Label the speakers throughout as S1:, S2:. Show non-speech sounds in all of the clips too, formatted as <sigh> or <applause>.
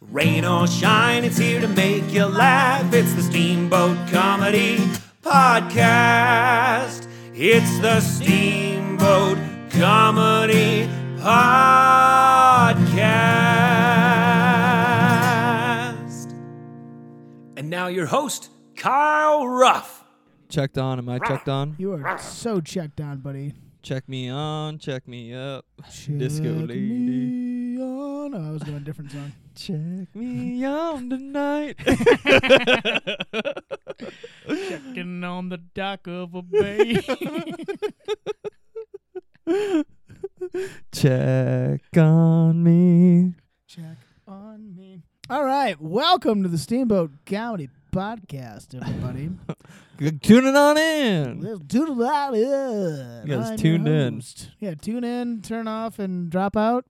S1: Rain or shine, it's here to make you laugh. It's the Steamboat Comedy Podcast. It's the Steamboat Comedy Podcast. And now your host, Kyle Ruff.
S2: Checked on. Am I checked on?
S3: You are so checked on, buddy.
S2: Check me on. Check me up.
S3: Check
S2: Disco lady.
S3: Me on. Oh, I was going a different song.
S2: Check me <laughs> on tonight.
S4: Getting on the dock of a
S3: <laughs>
S4: bay.
S2: <laughs> Check on me.
S3: Check on me. All right. Welcome to the Steamboat Comedy Podcast,
S2: <laughs>
S3: everybody.
S2: G- Tune it on in.
S3: Let's do the loud in.
S2: You guys
S3: I'm
S2: tuned
S3: your
S2: in.
S3: host. Yeah, tune in, turn off, and drop out.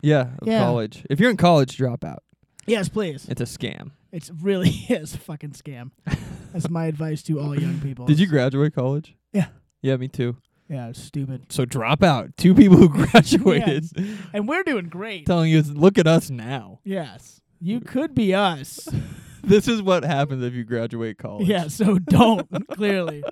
S2: Yeah, of
S3: Yeah.
S2: college. If you're in college, drop out.
S3: Yes, please.
S2: It's a scam.
S3: It's really <laughs> is a fucking scam. That's my advice to all young people.
S2: Did you graduate college?
S3: Yeah.
S2: Yeah, me too.
S3: Yeah, it's stupid.
S2: So drop out. <laughs> Two people who graduated
S3: And we're doing
S2: <laughs>
S3: great.
S2: telling you, look at us now. <laughs>
S3: Yes. You could be us.
S2: This is what happens if you graduate college.
S3: Yeah, so
S2: <laughs>
S3: don't, clearly.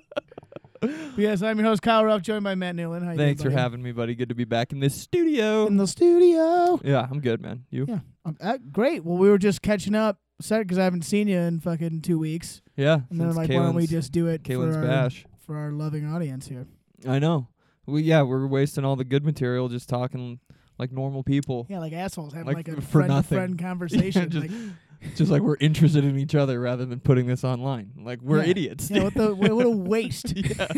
S3: But yes, I'm your host, Kyle Ruff, joined by Matt Newland. How you doing,
S2: Thanks for
S3: buddy?
S2: having me, buddy. Good to be back in this studio.
S3: In the studio.
S2: yeah, I'm good, man. You?
S3: Yeah. Um, uh, great. Well, we were just catching up, sorry, because I haven't seen you in fucking two weeks.
S2: Yeah.
S3: And then I'm
S2: since
S3: like, why don't we
S2: Kaylin's-
S3: just do it
S2: Kaylin's
S3: for our,
S2: bash.
S3: for our loving audience here?
S2: I know. We yeah, we're wasting all the good material just talking like normal people.
S3: Yeah, like assholes having
S2: Like, f-
S3: like, a
S2: for nothing. <laughs>
S3: friend-to-friend conversation.
S2: just-
S3: like,
S2: Just like we're interested in each other rather than putting this online. Like we're
S3: Yeah.
S2: idiots. <laughs>
S3: yeah, what, the, what, what a waste.
S2: Yeah.
S3: <laughs>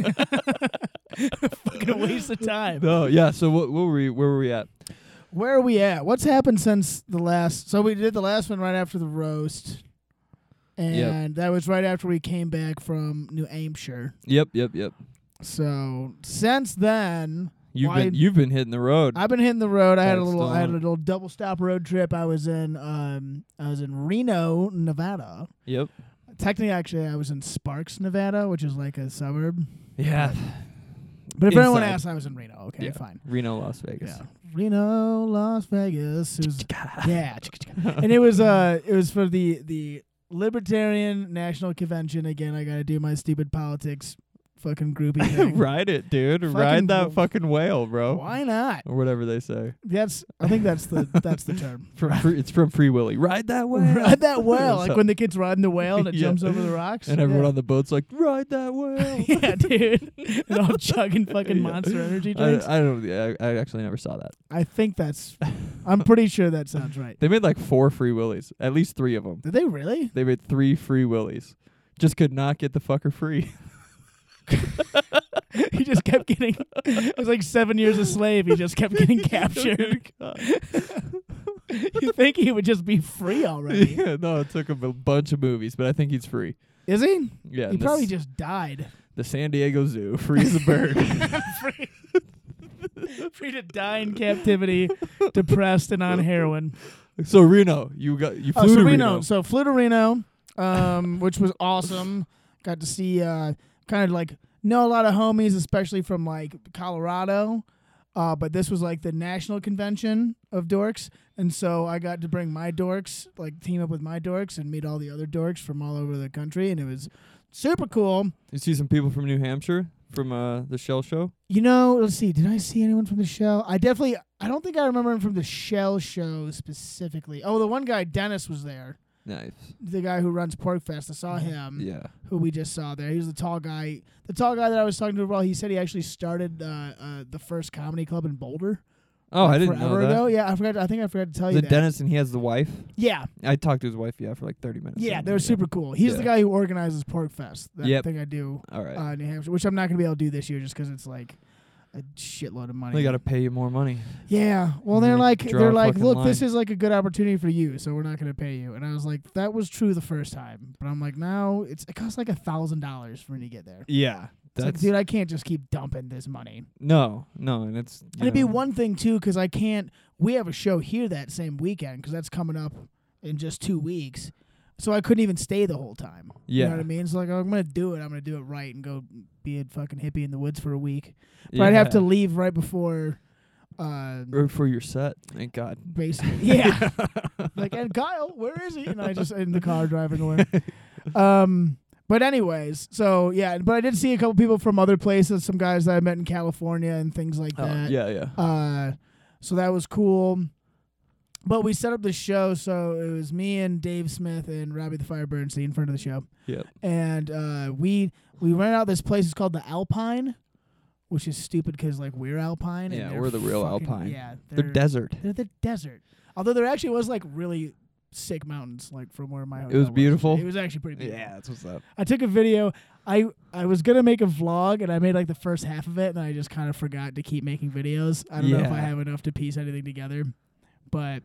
S3: fucking waste of time.
S2: no, Oh, yeah. So what, what were we? Where were we at?
S3: Where are we at? What's happened since the last? So we did the last one right after the roast, and
S2: Yep.
S3: that was right after we came back from New Hampshire.
S2: Yep, yep, yep.
S3: So since then,
S2: You've
S3: Why-
S2: been you've been hitting the road.
S3: I've been hitting the road. I had a
S2: That's
S3: little, I had a
S2: done.
S3: little double stop road trip. I was in, um, I was in Reno, Nevada.
S2: yep.
S3: Technically, actually, I was in Sparks, Nevada, which is like a suburb.
S2: Yeah.
S3: But if anyone
S2: Inside.
S3: asks, I was in Reno. Okay,
S2: Yeah.
S3: fine.
S2: Reno, Las Vegas.
S3: Yeah. Reno, Las Vegas. It was, yeah, and it was uh, it was for the the Libertarian National Convention. Again, I got to do my stupid politics, fucking groupie
S2: <laughs>
S3: thing.
S2: Ride it, dude.
S3: Fucking
S2: Ride that
S3: wo-
S2: fucking whale, bro.
S3: Why not?
S2: Or whatever they say.
S3: That's I think that's the that's the term.
S2: From free, it's from Free Willy. Ride that whale.
S3: <laughs> Ride that whale,
S2: <laughs>
S3: like
S2: So-
S3: when the kids riding the whale and it
S2: Yeah.
S3: jumps over the rocks.
S2: and everyone on the boat's like, ride
S3: <laughs>
S2: that whale.
S3: yeah. yeah, dude, and all chugging fucking
S2: Yeah.
S3: Monster Energy drinks.
S2: I, I don't. I, I actually never saw that.
S3: I, think that's. I'm pretty sure that sounds right.
S2: They made like four free willies, at least three of them.
S3: Did they really?
S2: They made three free willies. Just could not get the fucker free. <laughs>
S3: he just kept getting. It was like seven years a slave. <laughs> He just kept getting captured. <laughs> you think he would just be free already?
S2: yeah, no, it took him a bunch of movies, but I think he's free.
S3: Is he?
S2: Yeah,
S3: He
S2: and the,
S3: probably
S2: s-
S3: just <laughs> died.
S2: the San Diego Zoo <laughs> frees a bird.
S3: <laughs> free, free to die in captivity, depressed and on heroin.
S2: so Reno, you got you flew
S3: Oh, so
S2: to
S3: Reno.
S2: Reno.
S3: So flew to Reno, um, which was awesome. Got to see uh, kind of like know a lot of homies, especially from like Colorado. Uh, but this was like the national convention of dorks, and so I got to bring my dorks, like team up with my dorks, and meet all the other dorks from all over the country, and it was super cool.
S2: You see some people from New Hampshire from uh, the Shell Show.
S3: You know, let's see. Did I see anyone from the show? I definitely. I don't think I remember him from the Shell show specifically. Oh, the one guy, Dennis, was there.
S2: Nice.
S3: The guy who runs Porkfest. I saw him.
S2: Yeah.
S3: Who we just saw there. He was the tall guy. The tall guy that I was talking to. Well, he said he actually started uh, uh, the first comedy club in Boulder.
S2: Oh, I didn't know
S3: forever
S2: that.
S3: ago. Yeah, I forgot. I think I forgot to tell
S2: Is
S3: you
S2: it
S3: that.
S2: Dennis and he has the wife?
S3: Yeah,
S2: I talked to his wife, yeah, for like 30 minutes.
S3: yeah.
S2: And,
S3: They're super cool. He's the
S2: Yeah.
S3: guy who organizes Porkfest. That
S2: Yep.
S3: thing I do
S2: All right.
S3: uh, in New Hampshire, which I'm not gonna be able to do this year just because it's like a shitload of money.
S2: they got to pay you more money.
S3: Yeah. Well,
S2: And
S3: they're
S2: they
S3: like,
S2: draw
S3: they're
S2: a
S3: like,
S2: fucking
S3: look, this
S2: line.
S3: is like a good opportunity for you, so we're not gonna pay you. And I was like, that was true the first time, but I'm like, now it's it costs like a thousand dollars for me to get there.
S2: Yeah.
S3: It's like,
S2: That's
S3: dude, I can't just keep dumping this money.
S2: No, no, and it's you
S3: And it'd be
S2: know,
S3: one thing too, because I can't. We have a show here that same weekend, because that's coming up in just two weeks. So I couldn't even stay the whole time. You
S2: Yeah.
S3: know what I mean? It's like I'm gonna do it. I'm gonna do it right and go be a fucking hippie in the woods for a week. But I'd have
S2: yeah.
S3: to leave right before. Uh,
S2: <laughs> Or for your set. Thank God. <laughs>
S3: basically. <laughs> Yeah. like, and Kyle, where is he? And I just in the car driving
S2: <laughs>
S3: away. Um, but anyways, so yeah, but I did see a couple people from other places, some guys that I met in California and things like
S2: Oh,
S3: that.
S2: yeah, yeah.
S3: Uh, so that was cool. But we set up the show, so it was me and Dave Smith and Robbie the Fire Bernstein in front of the show,
S2: Yep.
S3: and uh, we we rented out this place. It's called the Alpine, which is stupid because like we're Alpine. and
S2: Yeah,
S3: they're
S2: we're the real
S3: fucking-
S2: Alpine.
S3: Yeah,
S2: They're desert.
S3: they're the desert. Although there actually was like really sick mountains, like from where my hotel
S2: was beautiful.
S3: It was actually pretty beautiful.
S2: that's what's up.
S3: I took a video. I I was gonna make a vlog, and I made like the first half of it, and then I just kind of forgot to keep making videos. I don't know if I
S2: Yeah.
S3: have enough to piece anything together, but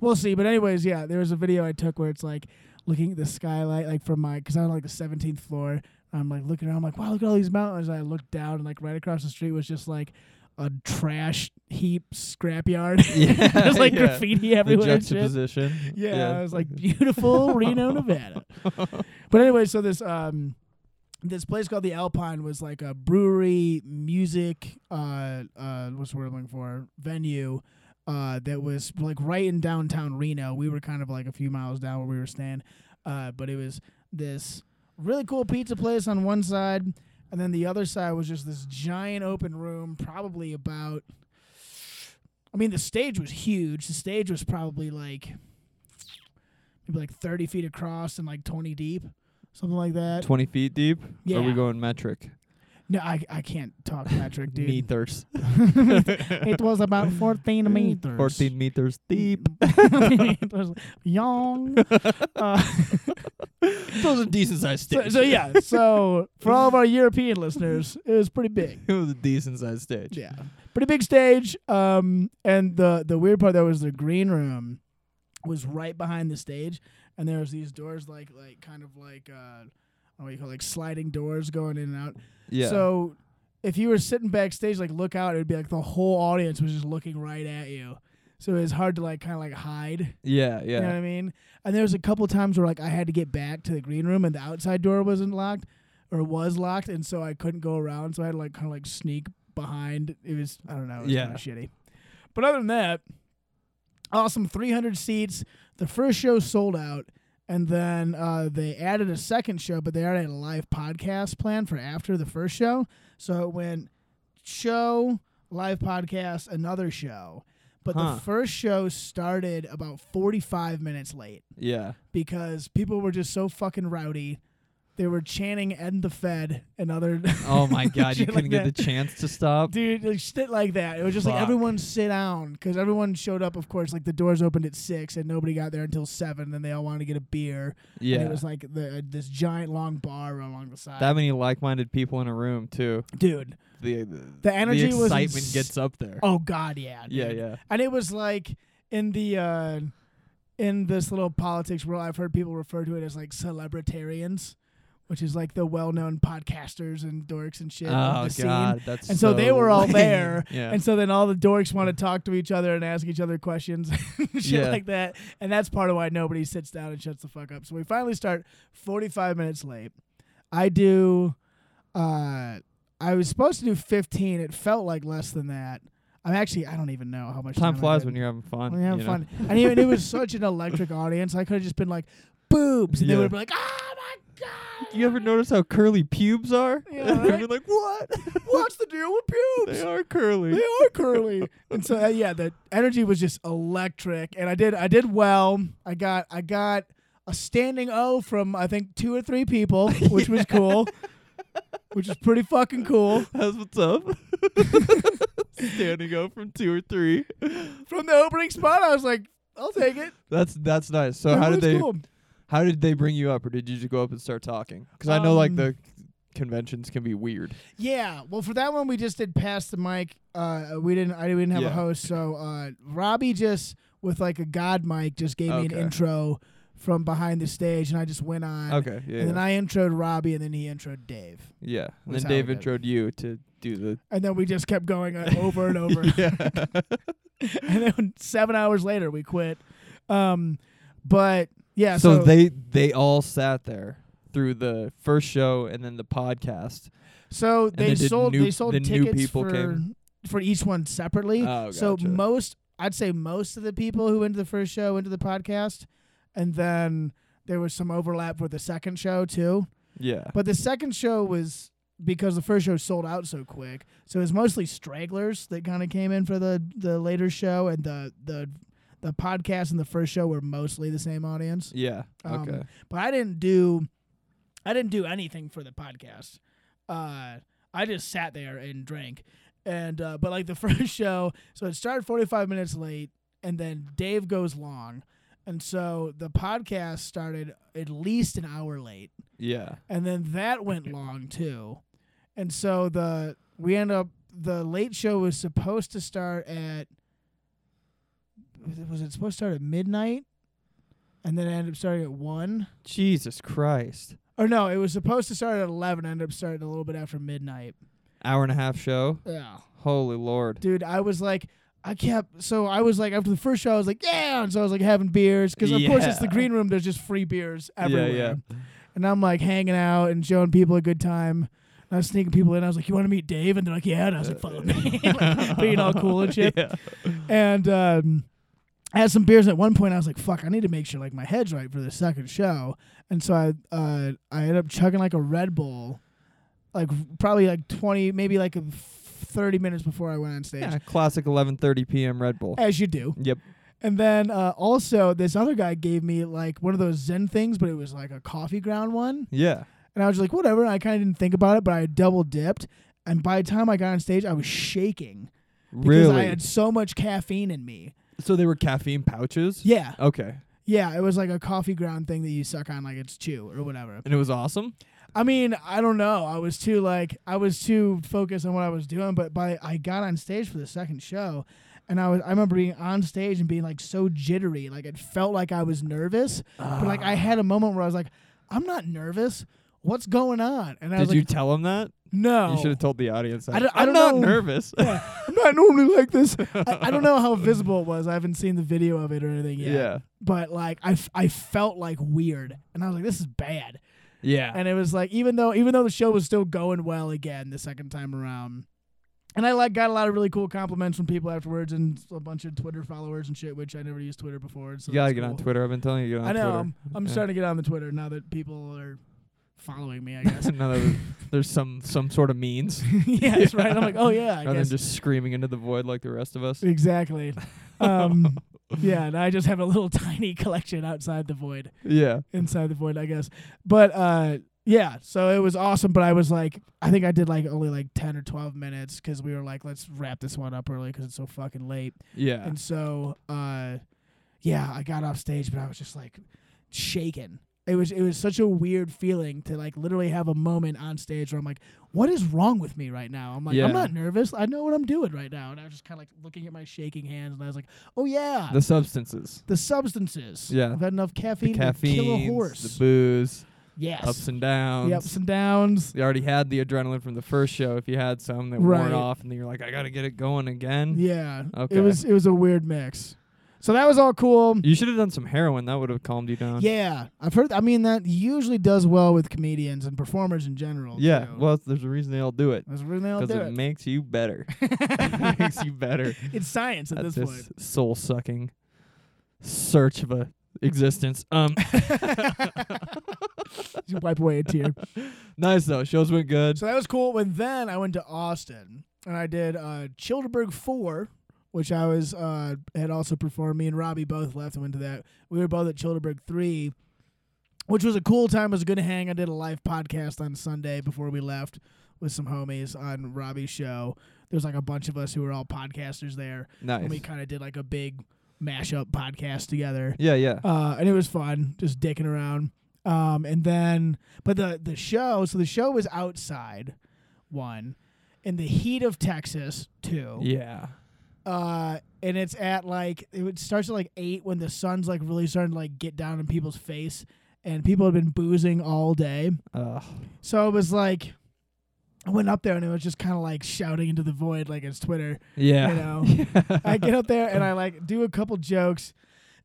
S3: we'll see. But anyways, yeah, there was a video I took where it's like looking at the skylight, like from my because I'm on like the 17th floor. I'm like looking around, I'm like wow, look at all these mountains. And I looked down, and like right across the street was just like a trash heap scrapyard. <laughs>
S2: Yeah,
S3: there's
S2: <laughs>
S3: like
S2: yeah.
S3: graffiti
S2: The
S3: everywhere. and shit.
S2: juxtaposition.
S3: <laughs> Yeah, I
S2: <laughs>
S3: was like beautiful Reno, Nevada. But anyway, so this um this place called the Alpine was like a brewery, music, uh uh what's the word I'm looking for? Venue. Uh, that was like right in downtown Reno. We were kind of like a few miles down where we were staying, uh, but it was this really cool pizza place on one side, and then the other side was just this giant open room, probably about. I mean, the stage was huge. The stage was probably like maybe like 30 feet across and like 20 deep, something like that.
S2: 20 feet deep? Or are we
S3: Yeah.
S2: going metric?
S3: No, I, I can't talk metric, <laughs> dude.
S2: Meters.
S3: it was about 14
S2: <laughs>
S3: meters.
S2: 14
S3: Mm.
S2: meters deep.
S3: <laughs> it was young. Uh, <laughs>
S2: Those are decent sized
S3: so, so yeah, so for all of our European listeners, it was pretty big.
S2: <laughs> It was a decent sized stage.
S3: Yeah, pretty big stage. Um, and the the weird part that was the green room was right behind the stage, and there was these doors like like kind of like uh, what do you call it, like sliding doors going in and out.
S2: Yeah.
S3: So if you were sitting backstage, like look out, it would be like the whole audience was just looking right at you. So it was hard to like kind of like hide.
S2: yeah, yeah.
S3: You know what I mean? And there was a couple times where like I had to get back to the green room and the outside door wasn't locked or was locked and so I couldn't go around so I had to like kind of like sneak behind. It was I don't know, it was
S2: Yeah.
S3: kind of shitty. But other than that, awesome 300 seats. The first show sold out and then uh, they added a second show, but they already had a live podcast plan for after the first show. So it went show, live podcast, another show. But
S2: Huh.
S3: the first show started about 45 minutes late <laughs>
S2: yeah.
S3: because people were just so fucking rowdy. They were chanting "End the Fed" and other <laughs>
S2: Oh my god, you
S3: Shit like
S2: couldn't get
S3: that.
S2: the chance to stop.
S3: dude like shit like that. It was just like
S2: Fuck.
S3: everyone sit down because everyone showed up. Of course, like the doors opened at six and nobody got there until seven. Then they all wanted to get a beer.
S2: yeah.
S3: and it was like the, uh, this giant long bar along the side.
S2: that many like minded people in a room too.
S3: dude,
S2: The
S3: the energy was
S2: excitement
S3: ins-
S2: gets up there.
S3: Oh god, yeah, dude.
S2: yeah, yeah.
S3: And it was like in the uh in this little politics world, I've heard people refer to it as like celebritarians, which is like the well-known podcasters and dorks and shit. of
S2: oh
S3: the
S2: god,
S3: Scene.
S2: that's
S3: And so, they were all
S2: lame.
S3: there,
S2: <laughs> Yeah.
S3: and so then all the dorks want to talk to each other and ask each other questions, <laughs> and shit
S2: Yeah.
S3: like that. And that's part of why nobody sits down and shuts the fuck up. So we finally start 45 minutes late. I do. Uh, I was supposed to do 15. It felt like less than that. I'm actually. I don't even know how much time,
S2: Time flies
S3: I did.
S2: when you're having fun.
S3: When you're having
S2: you know?
S3: fun.
S2: <laughs>
S3: And even it was such an electric audience. I could have just been like, boobs, and they
S2: Yeah.
S3: would have been like, oh my
S2: <laughs>
S3: god.
S2: You ever notice how curly pubes are? <laughs>
S3: Yeah,
S2: You're
S3: right?
S2: like, what?
S3: What's the deal with pubes?
S2: they are curly.
S3: They are curly. and so uh, yeah, the energy was just electric. And I did I did well. I got I got a standing O from I think two or three
S2: <laughs>
S3: people, which was cool. Which is pretty fucking cool.
S2: That's what's
S3: <laughs>
S2: up. <laughs> Standing up from two or three.
S3: From the opening spot, I was like, I'll take it.
S2: That's that's nice. So
S3: It
S2: how
S3: was
S2: did they
S3: cool.
S2: how did they bring you up, or did you just go up and start talking? Because I know like
S3: Um,
S2: the conventions can be weird.
S3: Yeah. Well, for that one, we just did pass the mic. Uh, we didn't. I didn't have a
S2: Yeah.
S3: host, so uh, Robbie just with like a god mic just gave me an
S2: Okay.
S3: intro from behind the stage, and I just went on.
S2: Okay, yeah,
S3: And then
S2: yeah.
S3: I introed Robbie, and then he introed Dave,
S2: yeah. And
S3: was
S2: then
S3: how
S2: Dave
S3: we did
S2: introed you to do the
S3: and then we just kept
S2: <laughs>
S3: going uh, over and over.
S2: yeah.
S3: and then seven hours later, we quit. Um, but yeah. So,
S2: so they they all sat there through the first show and then the podcast.
S3: So they
S2: they did
S3: sold
S2: new-
S3: they sold
S2: the new
S3: tickets
S2: people
S3: for
S2: came?
S3: for each one separately.
S2: Oh,
S3: So
S2: gotcha.
S3: most I'd say most of the people who went to the first show went to the podcast, and then there was some overlap for the second show too.
S2: Yeah.
S3: But the second show was because the first show sold out so quick, so it was mostly stragglers that kind of came in for the the later show, and the the the podcast and the first show were mostly the same audience.
S2: yeah.
S3: Um,
S2: Okay.
S3: But I didn't do, I didn't do anything for the podcast. Uh, I just sat there and drank. And uh, but like the <laughs> first show, so it started 45 minutes late, and then Dave goes long, and so the podcast started at least an hour late
S2: yeah.
S3: and then
S2: <laughs>
S3: that went long too. And so the we end up the late show was supposed to start at was it- was it supposed to start at midnight, and then it ended up starting at one.
S2: Jesus Christ.
S3: Or no, it was supposed to start at eleven. Ended up starting a little bit after midnight.
S2: Hour and a half show.
S3: Yeah,
S2: Holy Lord.
S3: dude, I was like. I kept so I was like after the first show I was like yeah and so I was like having beers because of course it's the
S2: Yeah.
S3: green room there's just free beers everywhere
S2: Yeah. <laughs>
S3: and I'm like hanging out and showing people a good time. And I was sneaking people in. I was like, "You want to meet Dave?" And they're like, "Yeah." And I was like, "Follow me," <laughs> like, being all cool and shit.
S2: Uh, <laughs> Yeah.
S3: And um, I had some beers. And at one point, I was like, "Fuck, I need to make sure like my head's right for the second show." And so I uh, I ended up chugging like a Red Bull, like probably like twenty, maybe like a thirty minutes before I went on stage,
S2: Yeah. Classic 11:30 p.m. Red Bull.
S3: as you do.
S2: Yep.
S3: And then uh, also this other guy gave me like one of those Zen things, but it was like a coffee ground one.
S2: Yeah.
S3: And I was like, whatever. And I kind of didn't think about it, but I double dipped. And by the time I got on stage, I was shaking because
S2: Really.
S3: I had so much caffeine in me.
S2: so they were caffeine pouches.
S3: Yeah,
S2: Okay.
S3: yeah. It was like a coffee ground thing that you suck on, like it's chew or whatever.
S2: And it was awesome.
S3: I mean, I don't know. I was too like I was too focused on what I was doing. But by I got on stage for the second show, and I was I remember being on stage and being like so jittery. Like it felt like I was nervous, but like I
S2: Ah.
S3: had a moment where I was like, I'm not nervous. What's going on? And I
S2: Did
S3: was
S2: you
S3: like,
S2: tell them that?
S3: no.
S2: You should have told the audience. That.
S3: I don't- I
S2: am
S3: don't
S2: not
S3: know.
S2: nervous.
S3: I'm not normally like this. I, I don't know how visible it was. I haven't seen the video of it or anything
S2: <laughs>
S3: yet.
S2: yeah.
S3: But like I, f- I felt like weird, and I was like, this is bad.
S2: Yeah.
S3: And it was like even though even though the show was still going well again the second time around, and I like got a lot of really cool compliments from people afterwards and a bunch of Twitter followers and shit, which I never used Twitter before. So
S2: you gotta
S3: that's
S2: get on
S3: cool.
S2: Twitter. I've been telling you. to Get on
S3: I know.
S2: Twitter.
S3: I'm, I'm
S2: Yeah.
S3: starting to get on the Twitter now that people are following
S2: <laughs>
S3: me. I guess. <laughs>
S2: now that there's some some sort of means,
S3: yeah, that's right. I'm like, oh yeah. <laughs> I
S2: rather
S3: guess
S2: than just screaming into the void like the rest of us.
S3: Exactly. Um, yeah, and I just have a little <laughs> tiny collection outside the void,
S2: Yeah.
S3: inside the void, I guess. But uh, yeah, so it was awesome. But I was like, I think I did like only like ten or twelve minutes because we were like, let's wrap this one up early because it's so fucking late.
S2: Yeah.
S3: And so, uh, yeah, I got off stage, but I was just like shaken. It was it was such a weird feeling to like literally have a moment on stage where I'm like, what is wrong with me right now? I'm like,
S2: Yeah.
S3: I'm not nervous. I know what I'm doing right now. And I was just kind of like looking at my shaking hands, and I was like, oh yeah,
S2: The
S3: the,
S2: substances,
S3: substances.
S2: Yeah.
S3: I've had enough
S2: the
S3: caffeine, to kill a
S2: caffeine,
S3: horse.
S2: the booze,
S3: yes,
S2: ups and downs.
S3: the ups and downs.
S2: you already had the adrenaline from the first show. If you had some that
S3: Right.
S2: worn off, and then you're like, I gotta get it going again.
S3: Yeah,
S2: Okay.
S3: it was it was a weird mix. So that was all cool.
S2: You should have done some heroin. That would have calmed you down.
S3: Yeah, I've heard. I mean, that usually does well with comedians and performers in general.
S2: Yeah.
S3: too.
S2: Well, there's a reason they all do it.
S3: that's really how
S2: Because
S3: do
S2: it,
S3: it.
S2: makes you better.
S3: <laughs>
S2: it makes you better
S3: It's science at
S2: at
S3: this,
S2: this soul sucking search of a existence. Um,
S3: point. You wipe away a tear.
S2: nice though. Shows went good.
S3: so that was cool. When then I went to Austin and I did uh, Childeberg Four, which I was uh, had also performed. Me and Robbie both left and went to that. We were both at Childeberg Three, which was a cool time. It was a good hang. I did a live podcast on Sunday before we left with some homies on Robbie's show. There's like a bunch of us who were all podcasters there.
S2: Nice.
S3: and we kind of did like a big mashup podcast together.
S2: Yeah, yeah.
S3: Uh, and it was fun, just dicking around. Um, and then, but the the show, so the show was outside, one, in the heat of Texas, two.
S2: Yeah.
S3: Uh, and it's at like it would- starts at like eight when the sun's like really starting to like get down in people's face, and people had been boozing all day.
S2: Uh,
S3: So it was like, I went up there and it was just kind of like shouting into the void like it's Twitter.
S2: yeah. <laughs>
S3: You know, I get up there and I like do a couple jokes,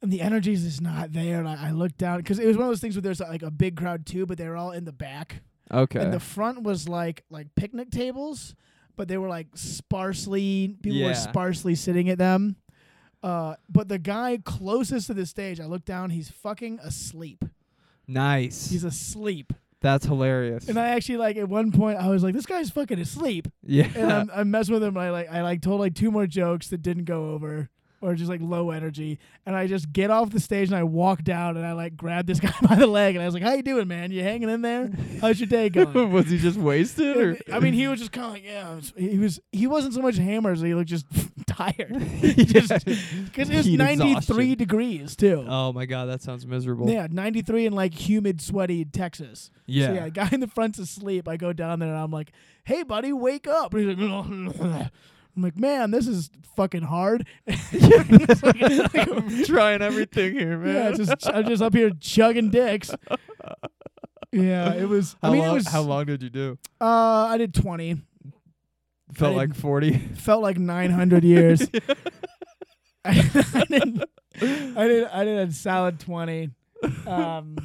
S3: and the energy is just not there. And I, I look down because it was one of those things where there's like a big crowd too, but they were all in the back,
S2: okay.
S3: and the front was like like picnic tables, but they were like sparsely people
S2: Yeah.
S3: were sparsely sitting at them. Uh, but the guy closest to the stage, I look down, he's fucking asleep.
S2: Nice.
S3: He's asleep.
S2: That's hilarious.
S3: And I actually like at one point I was like, this guy's fucking asleep. And
S2: <laughs> yeah.
S3: I'm, I'm messing with him. And I like I like told like two more jokes that didn't go over or just like low energy. And I just get off the stage and I walk down and I like grab this <laughs> guy by the leg and I was like, how you doing, man? You hanging in there? How's
S2: <laughs>
S3: your day going?
S2: was he just wasted or?
S3: I
S2: <laughs>
S3: mean, he was just kind of like, yeah. I was- He was. He wasn't so much hammered, so he looked just <laughs>
S2: <laughs>
S3: tired because it was
S2: Heat
S3: 93
S2: exhaustion.
S3: degrees too.
S2: Oh my god, that sounds miserable.
S3: yeah, 93 in like humid, sweaty Texas.
S2: Yeah. <laughs>
S3: So yeah, guy in the front's asleep. I go down there and I'm like, hey, buddy, wake up. And he's like, I'm like, man, this is fucking hard. <laughs> It's <laughs> like- like,
S2: I'm trying everything here, man.
S3: yeah, it's just, I'm just up here chugging dicks. Yeah, it was.
S2: how
S3: I mean,
S2: long?
S3: it was.
S2: how long did you do?
S3: Uh, I did 20.
S2: Felt
S3: did-
S2: like forty.
S3: Felt like
S2: <laughs>
S3: 900 years. <laughs> I did. I did. I did a solid 20. Um,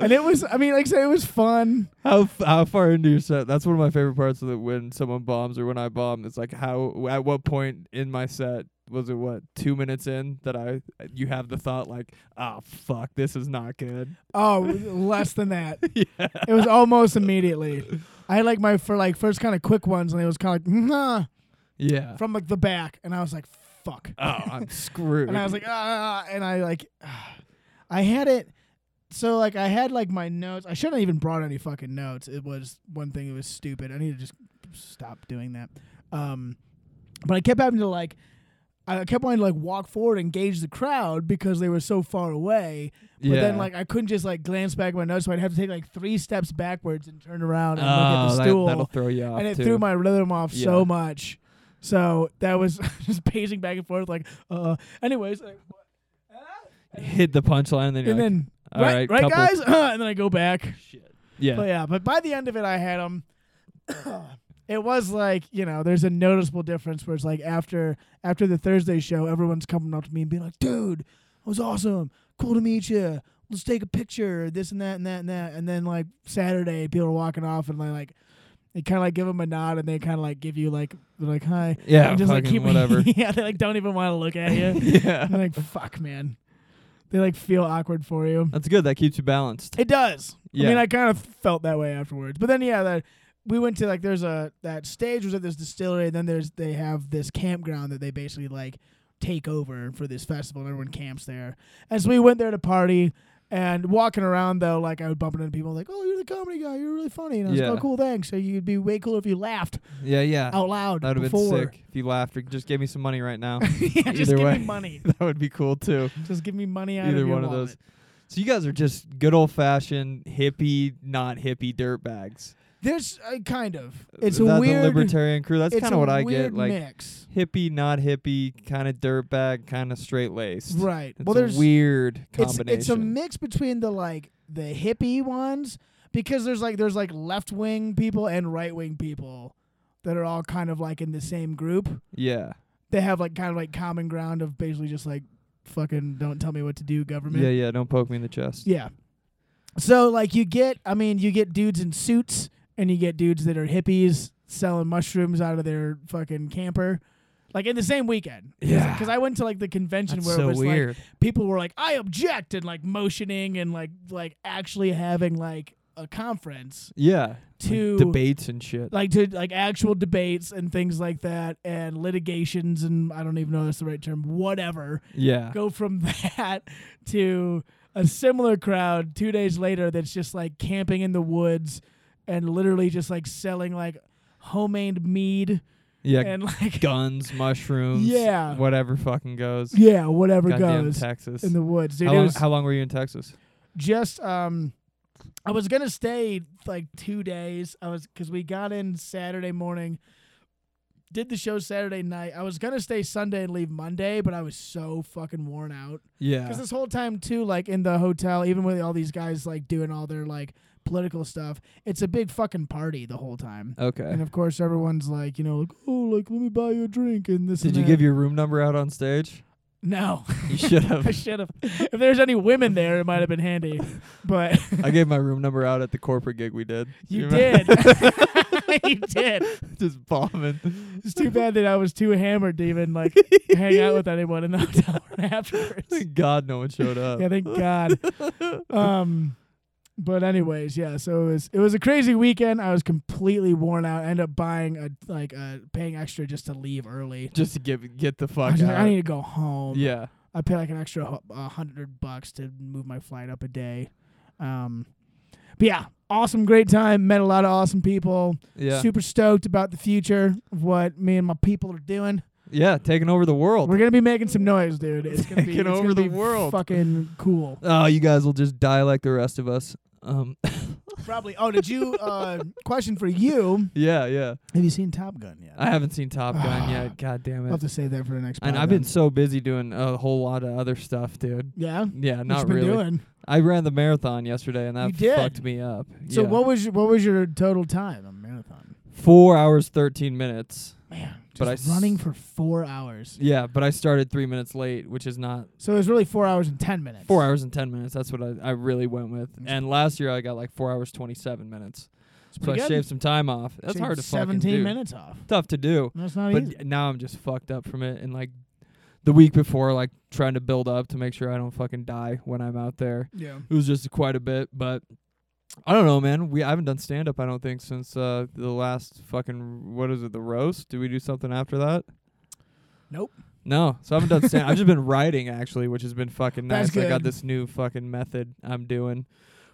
S3: and it was. I mean, like I said, it was fun.
S2: How f- how far into your set? That's one of my favorite parts of it when someone bombs or when I bomb. It's like how at what point in my set was it? What two minutes in that I you have the thought like, oh fuck, this is not good. <laughs>
S3: Oh, less than that. It was almost immediately. I had like my for like first kind of quick ones, and it was kind of like nah,
S2: Yeah.
S3: from like the back, and I was like, fuck,
S2: <laughs> oh, I'm screwed.
S3: and I was like, ah, and I like, <sighs> I had it. So like I had like my notes. I shouldn't have even brought any fucking notes. It was one thing that was stupid. I need to just stop doing that. Um, but I kept having to like, I kept wanting to like walk forward, and gauge the crowd because they were so far away. But
S2: yeah.
S3: then like I couldn't just like glance back at my notes, so I'd have to take like three steps backwards and turn around and look
S2: Oh,
S3: at the
S2: that,
S3: stool,
S2: that'll throw you off
S3: and it
S2: too.
S3: threw my rhythm off
S2: Yeah.
S3: so much. So that was <laughs> just pacing back and forth like, uh. Anyways, like, what?
S2: hit the punchline and then you're
S3: and
S2: like,
S3: then
S2: all
S3: right,
S2: right,
S3: right,
S2: couple-
S3: guys, <laughs> uh, and then I go back.
S2: yeah.
S3: But yeah, but by the end of it, I had them. <coughs> it was like you know, there's a noticeable difference where it's like after after the Thursday show, everyone's coming up to me and being like, "Dude, it was awesome, cool to meet you. Let's take a picture, this and that and that and that." And then like Saturday, people are walking off and they like. They kind of like give them a nod, and they kind of like give you like they're like hi,
S2: Yeah,
S3: and just like
S2: fucking
S3: keep <laughs>
S2: whatever.
S3: yeah, they like don't even want to look at you.
S2: <laughs> yeah.
S3: I'm like fuck, man. They like feel awkward for you.
S2: That's good. That keeps you balanced.
S3: It does. I
S2: Yeah.
S3: mean, I kind of felt that way afterwards. But then, yeah, that we went to like there's a that stage was at this distillery, and then there's they have this campground that they basically like take over for this festival, and everyone camps there. And so we went there to party. And walking around though, like I would bump into people like, "Oh, you're the comedy guy. You're really funny." And I was
S2: Yeah.
S3: like, "Oh, cool, thanks." So you'd be way cooler if
S2: <laughs>
S3: you laughed
S2: Yeah, yeah.
S3: out loud.
S2: that would have been
S3: before.
S2: sick if you laughed or just gave me some money right
S3: <laughs>
S2: now.
S3: yeah, just
S2: Either
S3: give
S2: way.
S3: me
S2: <laughs>
S3: money.
S2: that would be cool too.
S3: Just give me money out
S2: Either
S3: of your
S2: one of
S3: wallet.
S2: those. So you guys are just good old fashioned hippie, not hippie dirt bags.
S3: There's uh, kind of. It's
S2: Is that
S3: a weird.
S2: the libertarian crew. That's
S3: it's
S2: kind
S3: a
S2: of what I
S3: weird
S2: get. Like
S3: mix.
S2: hippie, not hippie, kind of dirt bag, kind of straight laced.
S3: Right.
S2: It's
S3: well,
S2: a
S3: there's
S2: weird
S3: it's
S2: combination.
S3: it's a mix between the like the hippie ones because there's like there's like left wing people and right wing people that are all kind of like in the same group.
S2: yeah.
S3: They have like kind of like common ground of basically just like fucking don't tell me what to do government.
S2: Yeah, yeah. Don't poke me in the chest.
S3: Yeah. So like you get, I mean, you get dudes in suits and you get dudes that are hippies selling mushrooms out of their fucking camper. Like in the same weekend.
S2: Yeah.
S3: Because I went to like the convention
S2: That's
S3: where
S2: so
S3: it was
S2: weird.
S3: like people were like, I object and like motioning and like like actually having like a conference
S2: yeah.
S3: to
S2: like debates and shit.
S3: like to like actual debates and things like that and litigations and I don't even know if that's the right term, whatever
S2: yeah.
S3: go from <laughs> that to a similar crowd two days later that's just like camping in the woods and literally just like selling like homemade mead
S2: yeah.
S3: and like
S2: guns, mushrooms,
S3: Yeah.
S2: whatever fucking goes.
S3: <laughs> yeah whatever
S2: Goddamn
S3: goes
S2: Texas.
S3: in the woods dude
S2: how,
S3: it
S2: long,
S3: was
S2: how long were you in Texas?
S3: just um i was gonna stay like two days i was because we got in saturday morning did the show saturday night i was gonna stay sunday and leave monday but i was so fucking worn out
S2: Yeah,
S3: Because this whole time too, like in the hotel, even with all these guys like doing all their like political stuff, it's a big fucking party the whole time.
S2: Okay.
S3: And of course, everyone's like, you know, like, oh, like let me buy you a drink and this.
S2: Did
S3: and
S2: you
S3: that.
S2: give your room number out on
S3: <laughs>
S2: stage?
S3: No,
S2: You should
S3: I <laughs>
S2: have.
S3: should have. if there's any women there, it might have
S2: <laughs>
S3: been handy. But
S2: I gave my room number out at the corporate gig we did.
S3: you
S2: remember?
S3: did. <laughs>
S2: <laughs>
S4: he did.
S2: just bombing.
S3: It's too bad that I was too hammered to
S2: <laughs>
S3: even like hang out with anyone in the hotel room <laughs> afterwards.
S2: Thank God no one showed up.
S3: Yeah, thank God. um, but anyways, yeah. So it was it was a crazy weekend. I was completely worn out. I ended up buying a like uh, paying extra just to leave early.
S2: just to get get the
S3: I
S2: fuck
S3: was just
S2: out.
S3: like, I need to go home.
S2: yeah,
S3: I paid like an extra hu- a hundred bucks to move my flight up a day. Um, but yeah, awesome, great time. Met a lot of awesome people.
S2: yeah,
S3: Super stoked about the future of what me and my people are doing.
S2: yeah. Taking over the world.
S3: We're gonna be making some noise, dude. It's <laughs> gonna be
S2: Taking
S3: it's
S2: over
S3: gonna
S2: the
S3: be
S2: world.
S3: Fucking cool.
S2: oh, you guys will just die like the rest of us. Um, <laughs>
S3: Probably. Oh, did you? <laughs> Uh, question for you.
S2: yeah, yeah.
S3: Have you seen Top Gun yet?
S2: I haven't seen Top
S3: <sighs>
S2: Gun yet. God damn
S3: will
S2: it.
S3: have to save that for the next.
S2: And
S3: pod
S2: I've been
S3: then.
S2: so busy doing a whole lot of other stuff, dude.
S3: Yeah.
S2: Yeah,
S3: what you
S2: not
S3: been
S2: really.
S3: doing?
S2: I ran the marathon yesterday, and
S3: You
S2: that
S3: did?
S2: fucked me up.
S3: So
S2: Yeah.
S3: what was your, what was your total time on marathon?
S2: Four hours thirteen minutes.
S3: Man, just
S2: But I s-
S3: running for four hours.
S2: Yeah, but I started three minutes late, which is not
S3: So it was really four hours and ten minutes.
S2: four hours and ten minutes. That's what I, I really went with. And last year I got like four hours twenty seven minutes, so I
S3: pretty good.
S2: shaved some time off. That's
S3: Shaved
S2: hard to fucking
S3: Seventeen
S2: do.
S3: minutes off.
S2: Tough to do.
S3: That's not
S2: But
S3: easy.
S2: now I'm just fucked up from it, and like the week before, like trying to build up to make sure I don't fucking die when I'm out there.
S3: Yeah.
S2: it was just quite a bit, but I don't know, man. We I haven't done stand up, I don't think, since uh, the last fucking what is it, the roast? Did we do something after that?
S3: Nope.
S2: No, so I haven't done stand. I've just been writing actually, which has been fucking nice.
S3: That's
S2: I got
S3: good.
S2: this new fucking method I'm doing,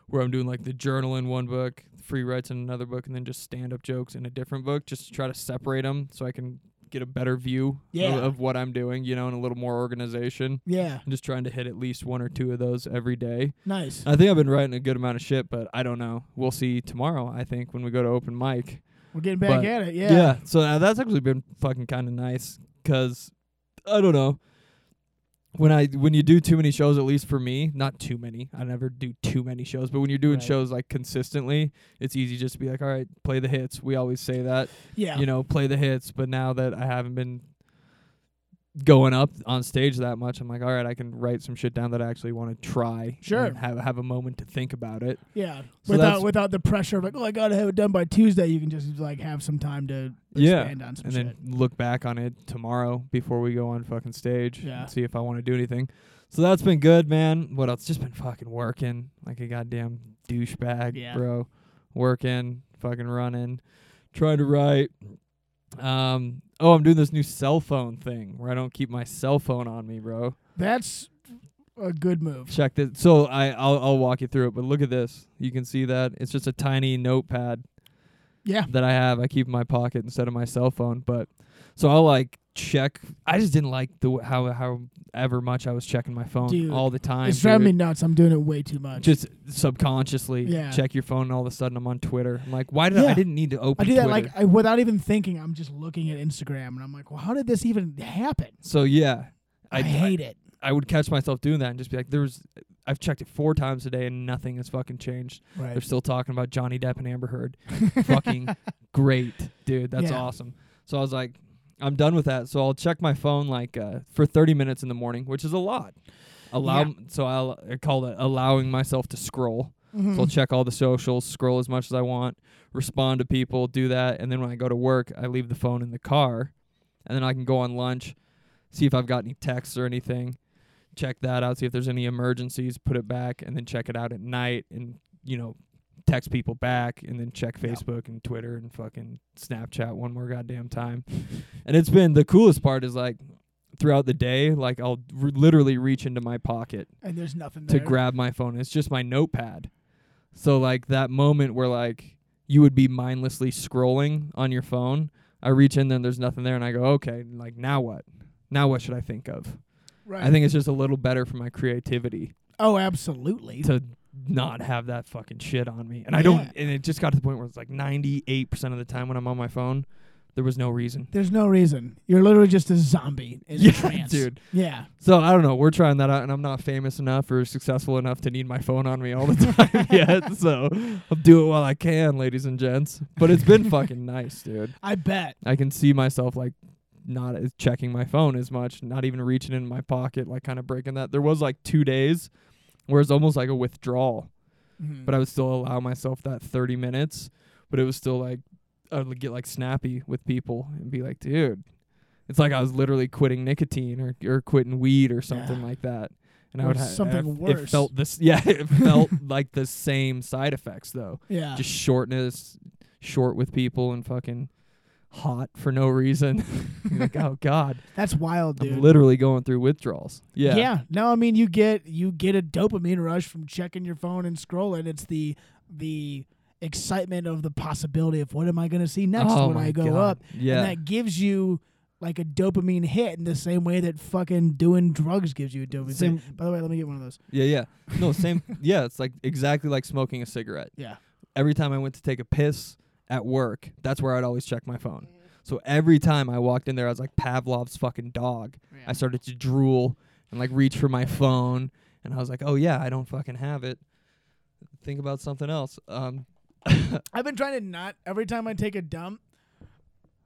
S2: where I'm doing like the journal in one book, free writes in another book, and then just stand up jokes in a different book, just to try to separate them so I can get a better view
S3: Yeah.
S2: of, of what I'm doing, you know, and a little more organization.
S3: Yeah.
S2: I'm just trying to hit at least one or two of those every day.
S3: Nice.
S2: I think I've been writing a good amount of shit, but I don't know. We'll see tomorrow, I think, when we go to open mic.
S3: We're getting back
S2: but-
S3: at it.
S2: Yeah.
S3: Yeah.
S2: so uh, that's actually been fucking kind of nice cuz I don't know. When I when you do too many shows at least for me, not too many. I never do too many shows, but when you're doing
S3: Right.
S2: shows like consistently, it's easy just to be like, "All right, play the hits." We always say that
S3: Yeah.
S2: you know, play the hits. But now that I haven't been going up on stage that much, I'm like, all right, I can write some shit down that I actually want to try.
S3: Sure.
S2: And have have a moment to think about it.
S3: yeah.
S2: So
S3: without
S2: that's-
S3: without the pressure of like, oh, I gotta have it done by Tuesday. You can just like have some time to
S2: Yeah.
S3: expand on some
S2: and
S3: shit.
S2: then look back on it tomorrow before we go on fucking stage
S3: Yeah.
S2: and see if I want to do anything. So that's been good, man. What else? Just been fucking working like a goddamn douchebag,
S3: Yeah.
S2: bro. Working, fucking running, trying to write. Um, oh, I'm doing this new cell phone thing where I don't keep my cell phone on me, bro.
S3: That's a good move.
S2: Check this. So I I'll, I'll walk you through it, but look at this. You can see that it's just a tiny notepad
S3: Yeah.
S2: that I have. I keep in my pocket instead of my cell phone. But so I'll like check. I just didn't like the w- how how ever much I was checking my phone
S3: Dude,
S2: all the time.
S3: It's driving me
S2: dude.
S3: nuts. I'm doing it way too much.
S2: Just subconsciously
S3: Yeah.
S2: check your phone, and all of a sudden I'm on Twitter. I'm like, why did I,
S3: Yeah.
S2: I didn't need to open?
S3: I do that
S2: Twitter.
S3: like I, without even thinking. I'm just looking at Instagram and I'm like, well, how did this even happen?
S2: so. Yeah,
S3: I, hate it.
S2: I would catch myself doing that and just be like, there's. I've checked it four times a day and nothing has fucking changed. They're
S3: Right.
S2: still talking about Johnny Depp and Amber
S3: <laughs>
S2: Heard. Fucking great, dude. That's
S3: Yeah.
S2: awesome. So I was like, I'm done with that. So I'll check my phone like uh, for 30 minutes in the morning, which is a lot. Allow
S3: Yeah.
S2: so I'll I call it allowing myself to scroll. So I'll
S3: Mhm.
S2: check all the socials, scroll as much as I want, respond to people, do that, and then when I go to work, I leave the phone in the car, and then I can go on lunch, see if I've got any texts or anything, check that out, see if there's any emergencies, put it back, and then check it out at night, and you know, text people back, and then check
S3: Yeah.
S2: Facebook and Twitter and fucking Snapchat one more goddamn time, and it's been the coolest part is like throughout the day, like I'll r- literally reach into my pocket
S3: And there's nothing
S2: to
S3: there.
S2: grab my phone. It's just my notepad. So like that moment where like you would be mindlessly scrolling on your phone, I reach in, then there's nothing there, and I go, okay, like now what? Now what should I think of?
S3: Right.
S2: I think it's just a little better for my creativity
S3: Oh, absolutely.
S2: to not have that fucking shit on me. And I don't.
S3: Yeah.
S2: And it just got to the point where it's like 98% of the time when I'm on my phone, there was no reason.
S3: There's no reason. You're literally just a zombie
S2: <laughs>
S3: in
S2: Yeah,
S3: a trance.
S2: dude.
S3: Yeah.
S2: So I don't know. We're trying that out, and I'm not famous enough or successful enough to need my phone on me all the <laughs> time yet. So I'll do it while I can, ladies and gents. But it's been fucking <laughs> nice, dude.
S3: I bet.
S2: I can see myself like not as- checking my phone as much, not even reaching in my pocket, like kind of breaking that. There was like two days where it's almost like a
S3: Mm-hmm. Mm.
S2: withdrawal, but I would still allow myself that 30 minutes. But it was still like I would get like snappy with people and be like, dude, it's like I was literally quitting nicotine or or quitting weed or something
S3: Yeah.
S2: like that. And I
S3: Or
S2: would ha-
S3: something
S2: it- It
S3: worse.
S2: felt this, yeah. <laughs> It felt like the same side effects though.
S3: Yeah.
S2: Just shortness, short with people, and fucking hot for no reason. <laughs> You're
S3: <laughs>
S2: like, oh god,
S3: That's wild, dude.
S2: I'm literally going through withdrawals. Yeah,
S3: No, I mean you get you get a dopamine rush from checking your phone and scrolling. It's the the excitement of the possibility of what am I going to see next
S2: Oh
S3: when
S2: my
S3: I go
S2: God.
S3: up.
S2: Yeah,
S3: And that gives you like a dopamine hit in the same way that fucking doing drugs gives you a dopamine
S2: Same-
S3: hit. By the way, let me get one of those.
S2: yeah, yeah. No, same. yeah, it's like exactly like smoking a cigarette.
S3: Yeah.
S2: every time I went to take a piss at work, that's where I'd always check my phone. So every time I walked in there, I was like Pavlov's fucking dog. I started to drool and like reach for my phone, and I was like, oh yeah, I don't fucking have it. Think about something else. Um,
S3: I've been trying to not every time I take a dump,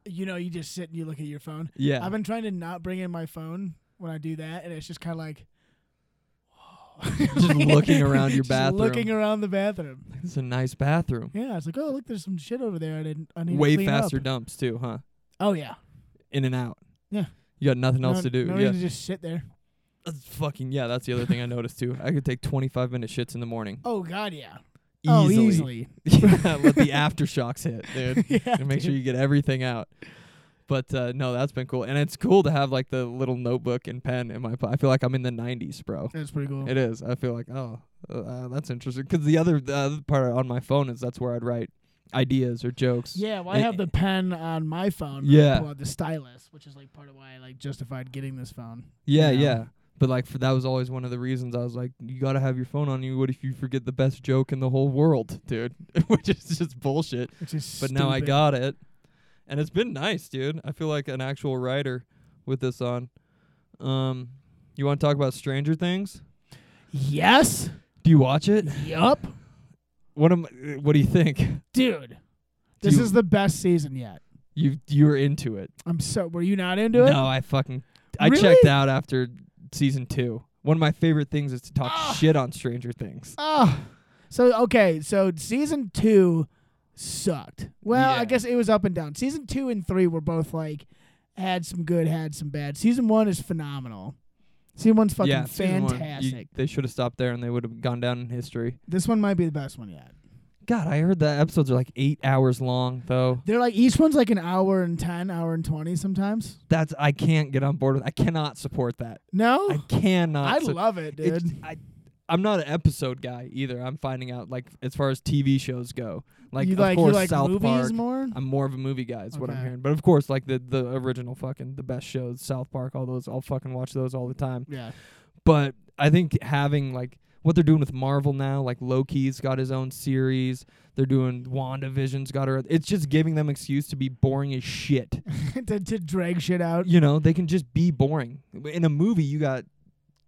S3: you know, you just sit and you look at your phone.
S2: yeah,
S3: I've been trying to not bring in my phone when I do that, and it's just kind
S2: <laughs>
S3: of like, whoa.
S2: Just looking around your
S3: <laughs> Just
S2: bathroom.
S3: looking around the bathroom.
S2: it's a nice bathroom.
S3: Yeah, it's like, oh look, there's some shit over there. I didn't. I need to
S2: Way
S3: clean
S2: faster
S3: Up.
S2: dumps too, huh?
S3: Oh yeah.
S2: In and out.
S3: Yeah.
S2: You got nothing else
S3: no,
S2: to do.
S3: No
S2: yeah.
S3: reason to just sit there.
S2: That's fucking yeah. That's the other thing I noticed too. I could take 25 minute shits in the morning.
S3: Oh god, yeah. Oh, easily. <laughs>
S2: yeah, let the aftershocks hit, dude.
S3: yeah.
S2: and make sure
S3: dude.
S2: you get everything out. But uh, no, that's been cool, and it's cool to have like the little notebook and pen in my. Po- I feel like I'm in the '90s, bro.
S3: That's pretty cool.
S2: It is. I feel like oh, uh, that's interesting. Because the other the other part on my phone is that's where I'd write ideas or jokes.
S3: Yeah, well, I
S2: And-
S3: have the pen on my phone. but
S2: Yeah.
S3: I pull out the stylus, which is like part of why I like justified getting this phone.
S2: yeah,
S3: you know?
S2: yeah. But like for, that was always one of the reasons I was like, you gotta have your phone on you. What if you forget the best joke in the whole world, dude? <laughs> Which is just bullshit.
S3: Which is.
S2: but now I
S3: stupid.
S2: got it, and it's been nice, dude. I feel like an actual writer with this on. Um, you want to talk about Stranger Things?
S3: Yes.
S2: Do you watch it?
S3: Yup.
S2: What am? What do you think?
S3: Dude, this
S2: you-
S3: is the best season yet.
S2: You you're into it.
S3: I'm so. Were you not into it?
S2: No, I fucking I
S3: Really?
S2: checked out after season two. One of my favorite things is to talk
S3: Ah.
S2: shit on Stranger Things.
S3: Oh. So okay, so season two sucked. Well,
S2: Yeah.
S3: I guess it was up and down. Season two and three were both like had some good, had some bad. Season one is phenomenal. Season one's fucking
S2: yeah, season one, you-
S3: fantastic.
S2: they should have stopped there, and they would have gone down in history.
S3: this one might be the best one yet.
S2: God, I heard that episodes are like eight hours long, though.
S3: They're like each one's like an hour and ten, hour and twenty sometimes.
S2: That's I can't get on board with. I cannot support that. I
S3: No,
S2: cannot.
S3: I,
S2: su-
S3: love it, dude.
S2: It- I, I'm not an episode guy either. I'm finding out like as far as TV shows go, like
S3: you
S2: of
S3: like you
S2: course
S3: like
S2: South
S3: movies
S2: Park.
S3: more?
S2: I'm more of a movie guy, is what I'm
S3: Okay.
S2: hearing. But of course, like the the original fucking the best shows, South Park, all those, I'll fucking watch those all the time.
S3: Yeah, <laughs>
S2: But I think having like what they're doing with Marvel now, like Loki's got his own series. They're doing WandaVision's got her. It's just giving them excuse to be boring as
S3: <laughs>
S2: shit.
S3: to, to drag shit out.
S2: You know, they can just be boring. In a movie, you got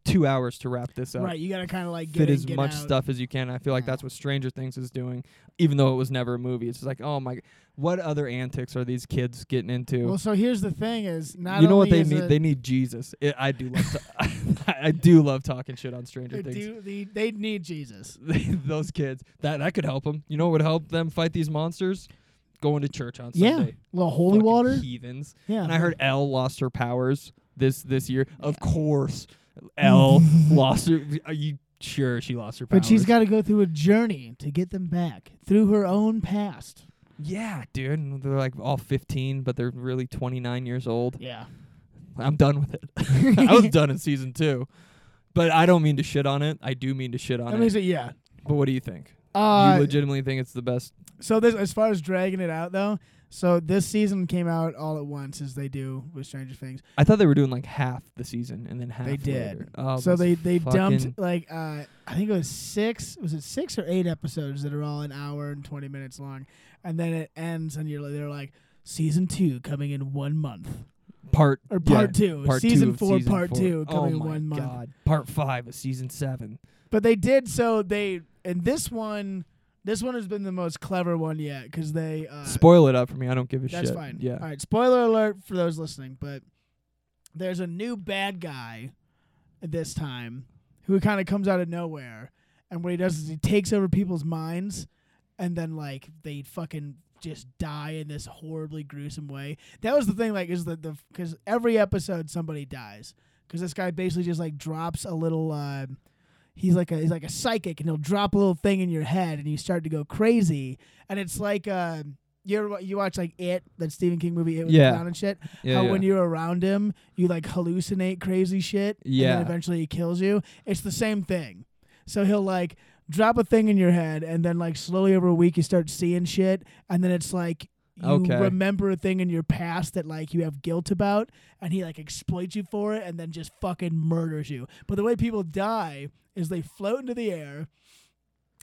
S2: two hours to wrap this up
S3: Right, you gotta kind of like get
S2: fit
S3: in,
S2: as
S3: get
S2: much
S3: out.
S2: stuff as you can. I feel like
S3: Yeah.
S2: that's what Stranger Things is doing, even though it was never a movie. It's just like, oh my, g- what other antics are these kids getting into?
S3: Well, so here's the thing: is not
S2: you know what
S3: only
S2: they
S3: is
S2: need?
S3: it-
S2: They need Jesus. I I do love. To- <laughs> I do love talking shit on Stranger
S3: They
S2: Things.
S3: do. They, they need Jesus.
S2: <laughs> Those kids that that could help them. You know what would help them fight these monsters? Going to church on
S3: Yeah.
S2: Sunday.
S3: little holy
S2: Fucking <laughs>
S3: water.
S2: Heathens.
S3: yeah.
S2: And I heard Elle lost her powers this this year. Of
S3: <laughs>
S2: course, Elle lost her. Are you sure she lost her powers?
S3: but she's got to go through a journey to get them back through her own past.
S2: Yeah, dude. And they're like all 15, but they're really 29 years old.
S3: Yeah.
S2: I'm done with it. <laughs> I was done in season two. But I don't mean to shit on it. I do mean to shit on
S3: I
S2: it.
S3: mean, so, yeah.
S2: but what do you think?
S3: Uh,
S2: you legitimately think it's the best?
S3: so this, as far as dragging it out though, so this season came out all at once as they do with Stranger Things.
S2: I thought they were doing like half the season and then half
S3: They did.
S2: later. Oh,
S3: so
S2: that's
S3: they they
S2: fucking-
S3: dumped like uh, I think it was six. Was it six or eight episodes that are all an hour and twenty minutes long, and then it ends and you're they're like season two coming in one month
S2: part
S3: or
S2: yeah,
S3: part two,
S2: part
S3: season
S2: two of
S3: four,
S2: season
S3: part
S2: four.
S3: two
S2: oh
S3: coming
S2: my
S3: in one month.
S2: God. Part five of season seven.
S3: But they did so they and this one this one has been the most clever one yet because they uh,
S2: Spoil it up for me. I don't give a shit.
S3: that's fine.
S2: Yeah.
S3: All right. Spoiler alert for those listening, but there's a new bad guy this time who kind of comes out of nowhere, and what he does is he takes over people's minds, and then like they fucking just die in this horribly gruesome way. That was the thing, like, is that the because every episode somebody dies because this guy basically just like drops a little. Uh, he's like a he's like a psychic, and he'll drop a little thing in your head, and you start to go crazy. And it's like uh, you ever, you watch like it that Stephen King movie, it with
S2: Yeah.
S3: the clown and shit.
S2: Yeah,
S3: how
S2: yeah.
S3: when you're around him, you like hallucinate crazy shit. and
S2: Yeah.
S3: then eventually he kills you. It's the same thing. So he'll like drop a thing in your head, and then like slowly over a week you start seeing shit, and then it's like you
S2: Okay.
S3: remember a thing in your past that like you have guilt about, and he like exploits you for it, and then just fucking murders you. But the way people die is they float into the air.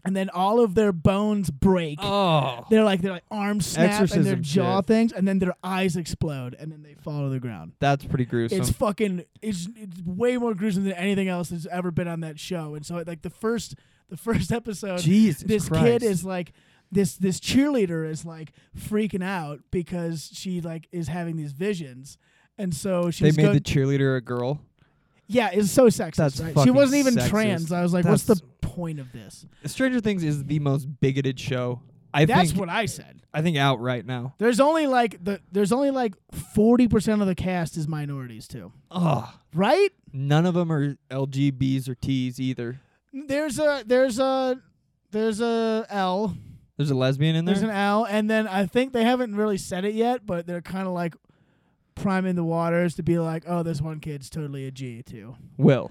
S3: And then all of their bones break.
S2: Oh.
S3: They're like their like arms snap and their
S2: Exorcism
S3: jaw
S2: shit.
S3: things, and then their eyes explode, and then they fall to the ground.
S2: That's pretty gruesome.
S3: It's fucking. It's, it's way more gruesome than anything else that's ever been on that show. And so, like the first, the first <laughs> episode,
S2: Jesus
S3: this
S2: Christ.
S3: kid is like, this this cheerleader is like freaking out because she like is having these visions, and so
S2: They
S3: she's
S2: made
S3: go-
S2: the cheerleader a girl.
S3: yeah, it's so sexist.
S2: That's
S3: right? She
S2: fucking
S3: wasn't even
S2: sexist.
S3: trans. I was like, what's
S2: That's-
S3: the point of this?
S2: Stranger Things is the most bigoted show. I
S3: that's
S2: think
S3: what I said.
S2: I think out right now.
S3: There's only like the there's only like forty percent of the cast is minorities too,
S2: Ugh.
S3: right?
S2: None of them are LGBs or T's either.
S3: There's a there's a there's a L.
S2: There's a lesbian in there.
S3: There's an L, and then I think they haven't really said it yet, but they're kind of like priming the waters to be like, oh, this one kid's totally a G too.
S2: Will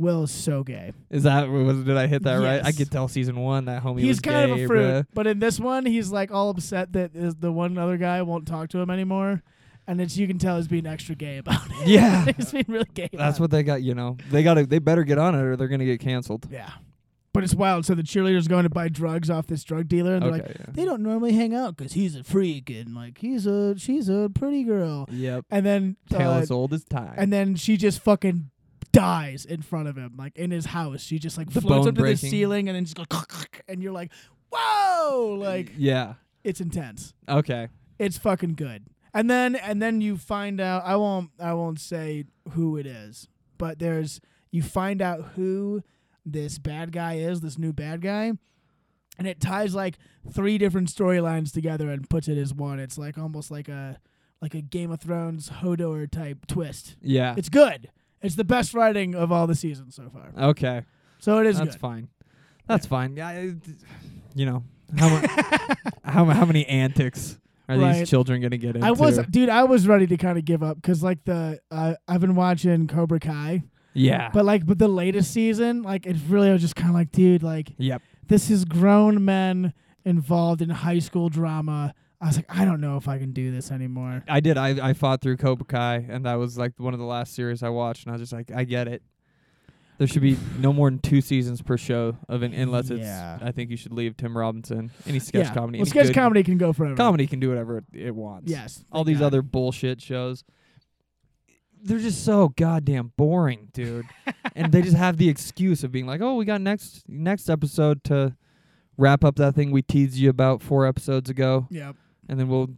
S3: Will is so gay.
S2: is that? Was, did I hit that right? I
S3: Yes.
S2: could tell season one that homie
S3: he's
S2: was
S3: kind of
S2: gay,
S3: a fruit,
S2: bruh.
S3: but in this one, he's like all upset that is- the one other guy won't talk to him anymore, and it's you can tell he's being extra gay about it.
S2: Yeah.
S3: <laughs> he's being really gay.
S2: That's
S3: about
S2: what they got. You know, they got. to They better get on it, or they're gonna get canceled.
S3: It. Yeah, but it's wild. So the cheerleader's going to buy drugs off this drug dealer, and they're like,
S2: Okay.
S3: they don't normally hang out because he's a freak and like he's a she's a pretty girl.
S2: yeah. Yep.
S3: And then
S2: Tale
S3: uh,
S2: as old as time.
S3: and then she just fucking dies in front of him, like in his house. She just like
S2: The
S3: floats
S2: bone
S3: up to
S2: breaking.
S3: the ceiling and then just goes, <laughs> and you're like, whoa, like
S2: yeah.
S3: it's intense.
S2: Okay.
S3: It's fucking good. And then and then you find out. I won't. I won't say who it is, but there's you find out who this bad guy is. This new bad guy. And it ties like three different storylines together and puts it as one. It's like almost like a like a Game of Thrones Hodor type twist.
S2: Yeah.
S3: It's good. It's the best writing of all the seasons so far.
S2: okay.
S3: So it is
S2: That's
S3: good.
S2: fine. That's fine. Yeah. I- you know how
S3: <laughs>
S2: mu- how mu- how many antics are
S3: Right.
S2: these children gonna get into?
S3: I was, dude, I was ready to kind of give up because, like, the uh, I've been watching Cobra Kai,
S2: Yeah.
S3: but like, but the latest season, like, it's really I was just kind of like, dude, like,
S2: yep.
S3: this is grown men involved in high school drama. I was like, I don't know if I can do this anymore.
S2: I did. I I fought through Cobra Kai, and that was like one of the last series I watched, and I was just like, I get it. There should be no more than two seasons per show of an unless it's.
S3: Yeah.
S2: I think you should leave Tim Robinson. Any sketch
S3: yeah.
S2: comedy.
S3: Well,
S2: any
S3: sketch
S2: good-
S3: comedy can go forever.
S2: Comedy can do whatever it, it wants.
S3: Yes.
S2: All
S3: thank
S2: these
S3: God.
S2: other bullshit shows. They're just so goddamn boring,
S3: <laughs>
S2: dude. and they just have the excuse of being like, "Oh, we got next next episode to wrap up that thing we teased you about four episodes ago."
S3: Yep. <laughs>
S2: and then we'll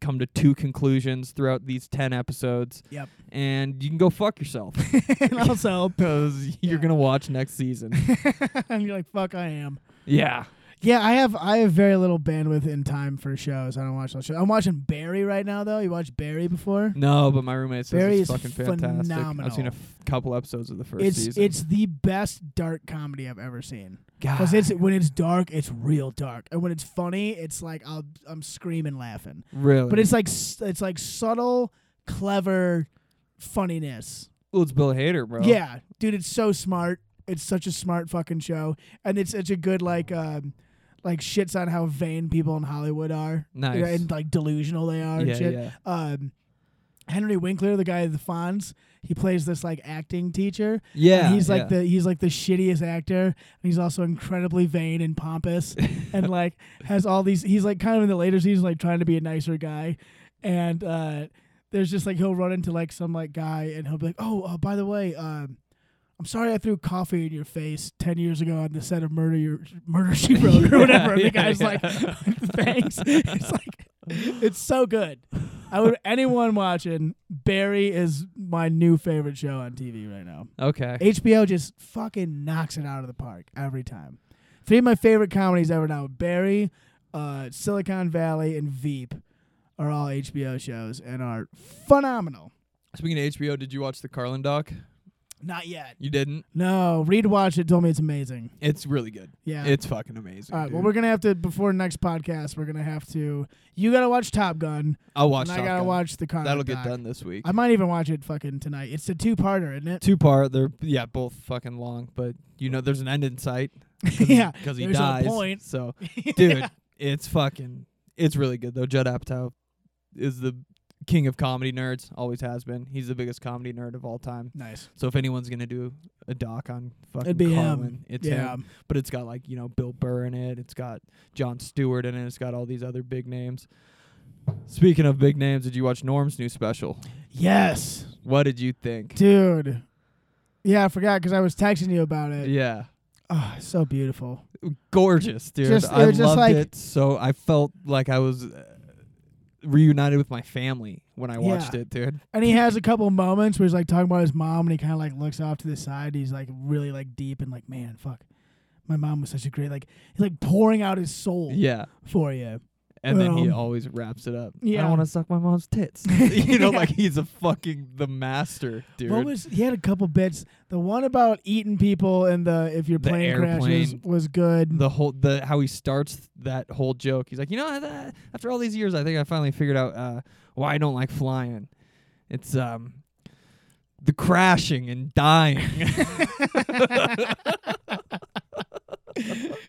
S2: come to two conclusions throughout these 10 episodes.
S3: Yep.
S2: And you can go fuck yourself <laughs>
S3: and also, <laughs>
S2: because
S3: Yeah.
S2: you're going to watch next
S3: <laughs>
S2: season.
S3: and you're like, fuck, I am.
S2: yeah.
S3: Yeah, I have I have very little bandwidth and time for shows. I don't watch those shows. I'm watching Barry right now though. You watched Barry before?
S2: No, but my roommate says
S3: Barry
S2: it's
S3: is
S2: fucking fantastic.
S3: phenomenal.
S2: I've seen a f- couple episodes of the first
S3: It's
S2: season.
S3: it's the best dark comedy I've ever seen.
S2: God. <sighs>
S3: Cause it's when it's dark, it's real dark, and when it's funny, it's like I'll I'm screaming laughing.
S2: really.
S3: But it's like s- it's like subtle, clever funniness.
S2: well, it's Bill Hader, bro.
S3: Yeah, dude, it's so smart. It's such a smart fucking show, and it's such a good like um like shits on how vain people in Hollywood are, you know,
S2: Nice.
S3: and like delusional they
S2: Yeah,
S3: are. and shit.
S2: yeah.
S3: um, Henry Winkler, the guy at the Fonz, he plays this like acting teacher.
S2: Yeah.
S3: and he's
S2: yeah.
S3: like the he's like the shittiest actor, and he's also incredibly vain and
S2: <laughs>
S3: pompous, and like has all these. He's like kind of in the later seasons, like trying to be a nicer guy, and uh, there's just like he'll run into like some like guy, and he'll be like, "Oh, uh, by the way, um, I'm sorry I threw coffee in your face ten years ago on the set of Murder Your
S2: <laughs>
S3: Murder She Wrote or whatever." and
S2: yeah,
S3: the guy's
S2: yeah.
S3: like, <laughs> "Thanks." it's like it's so good. I would anyone watching Barry is my new favorite show on TV right now.
S2: Okay.
S3: HBO just fucking knocks it out of the park every time. Three of my favorite comedies ever now: Barry, uh, Silicon Valley, and Veep are all HBO shows and are phenomenal.
S2: Speaking of HBO, did you watch the Carlin doc?
S3: Not yet.
S2: You didn't.
S3: No, Reed watched it. Told me it's amazing.
S2: It's really good.
S3: Yeah.
S2: It's fucking amazing.
S3: all right. Well,
S2: dude.
S3: we're gonna have to before next podcast. We're gonna have to. You gotta watch Top Gun,
S2: I'll watch.
S3: and I
S2: Top
S3: gotta
S2: Gun.
S3: watch uh, the car.
S2: That'll get done this week.
S3: I might even watch it fucking tonight. It's a two-parter, isn't it?
S2: Two part. They're yeah, both fucking long, but you know there's an end in
S3: <laughs>
S2: sight.
S3: yeah.
S2: because he
S3: there's a
S2: dies.
S3: point. <laughs>
S2: So, dude, it's fucking. It's really good though. Judd Apatow is the king of comedy nerds. Always has been. He's the biggest comedy nerd of all time.
S3: Nice.
S2: So if anyone's gonna do a doc on fucking
S3: It'd be
S2: Carlin,
S3: him.
S2: it's
S3: yeah.
S2: him. But it's got like you know Bill Burr in it. It's got John Stewart in it. It's got all these other big names. Speaking of big names, did you watch Norm's new special?
S3: Yes,
S2: What did you think?
S3: dude. Yeah, I forgot because I was texting you about it.
S2: Yeah,
S3: Oh, so beautiful.
S2: gorgeous, dude.
S3: Just-
S2: I
S3: it was just
S2: loved
S3: like-
S2: it. So I felt like I was uh, reunited with my family when I watched
S3: Yeah.
S2: it, dude.
S3: And he has a couple moments where he's like talking about his mom, and he kind of like looks off to the side. He's like really like deep and like, man, fuck, my mom was such a great like. He's like pouring out his soul
S2: Yeah.
S3: for you.
S2: And then he
S3: Um,
S2: always wraps it up. I
S3: yeah.
S2: don't want to suck my mom's tits. <laughs> you know,
S3: Yeah.
S2: like he's a fucking the master, dude.
S3: What was he had a couple bits. The one about eating people and the if your
S2: The
S3: plane crashes
S2: airplane.
S3: was good.
S2: the whole the how he starts that whole joke. He's like, you know, I- I- after all these years, I think I finally figured out uh, why I don't like flying. It's um the crashing and dying. <laughs>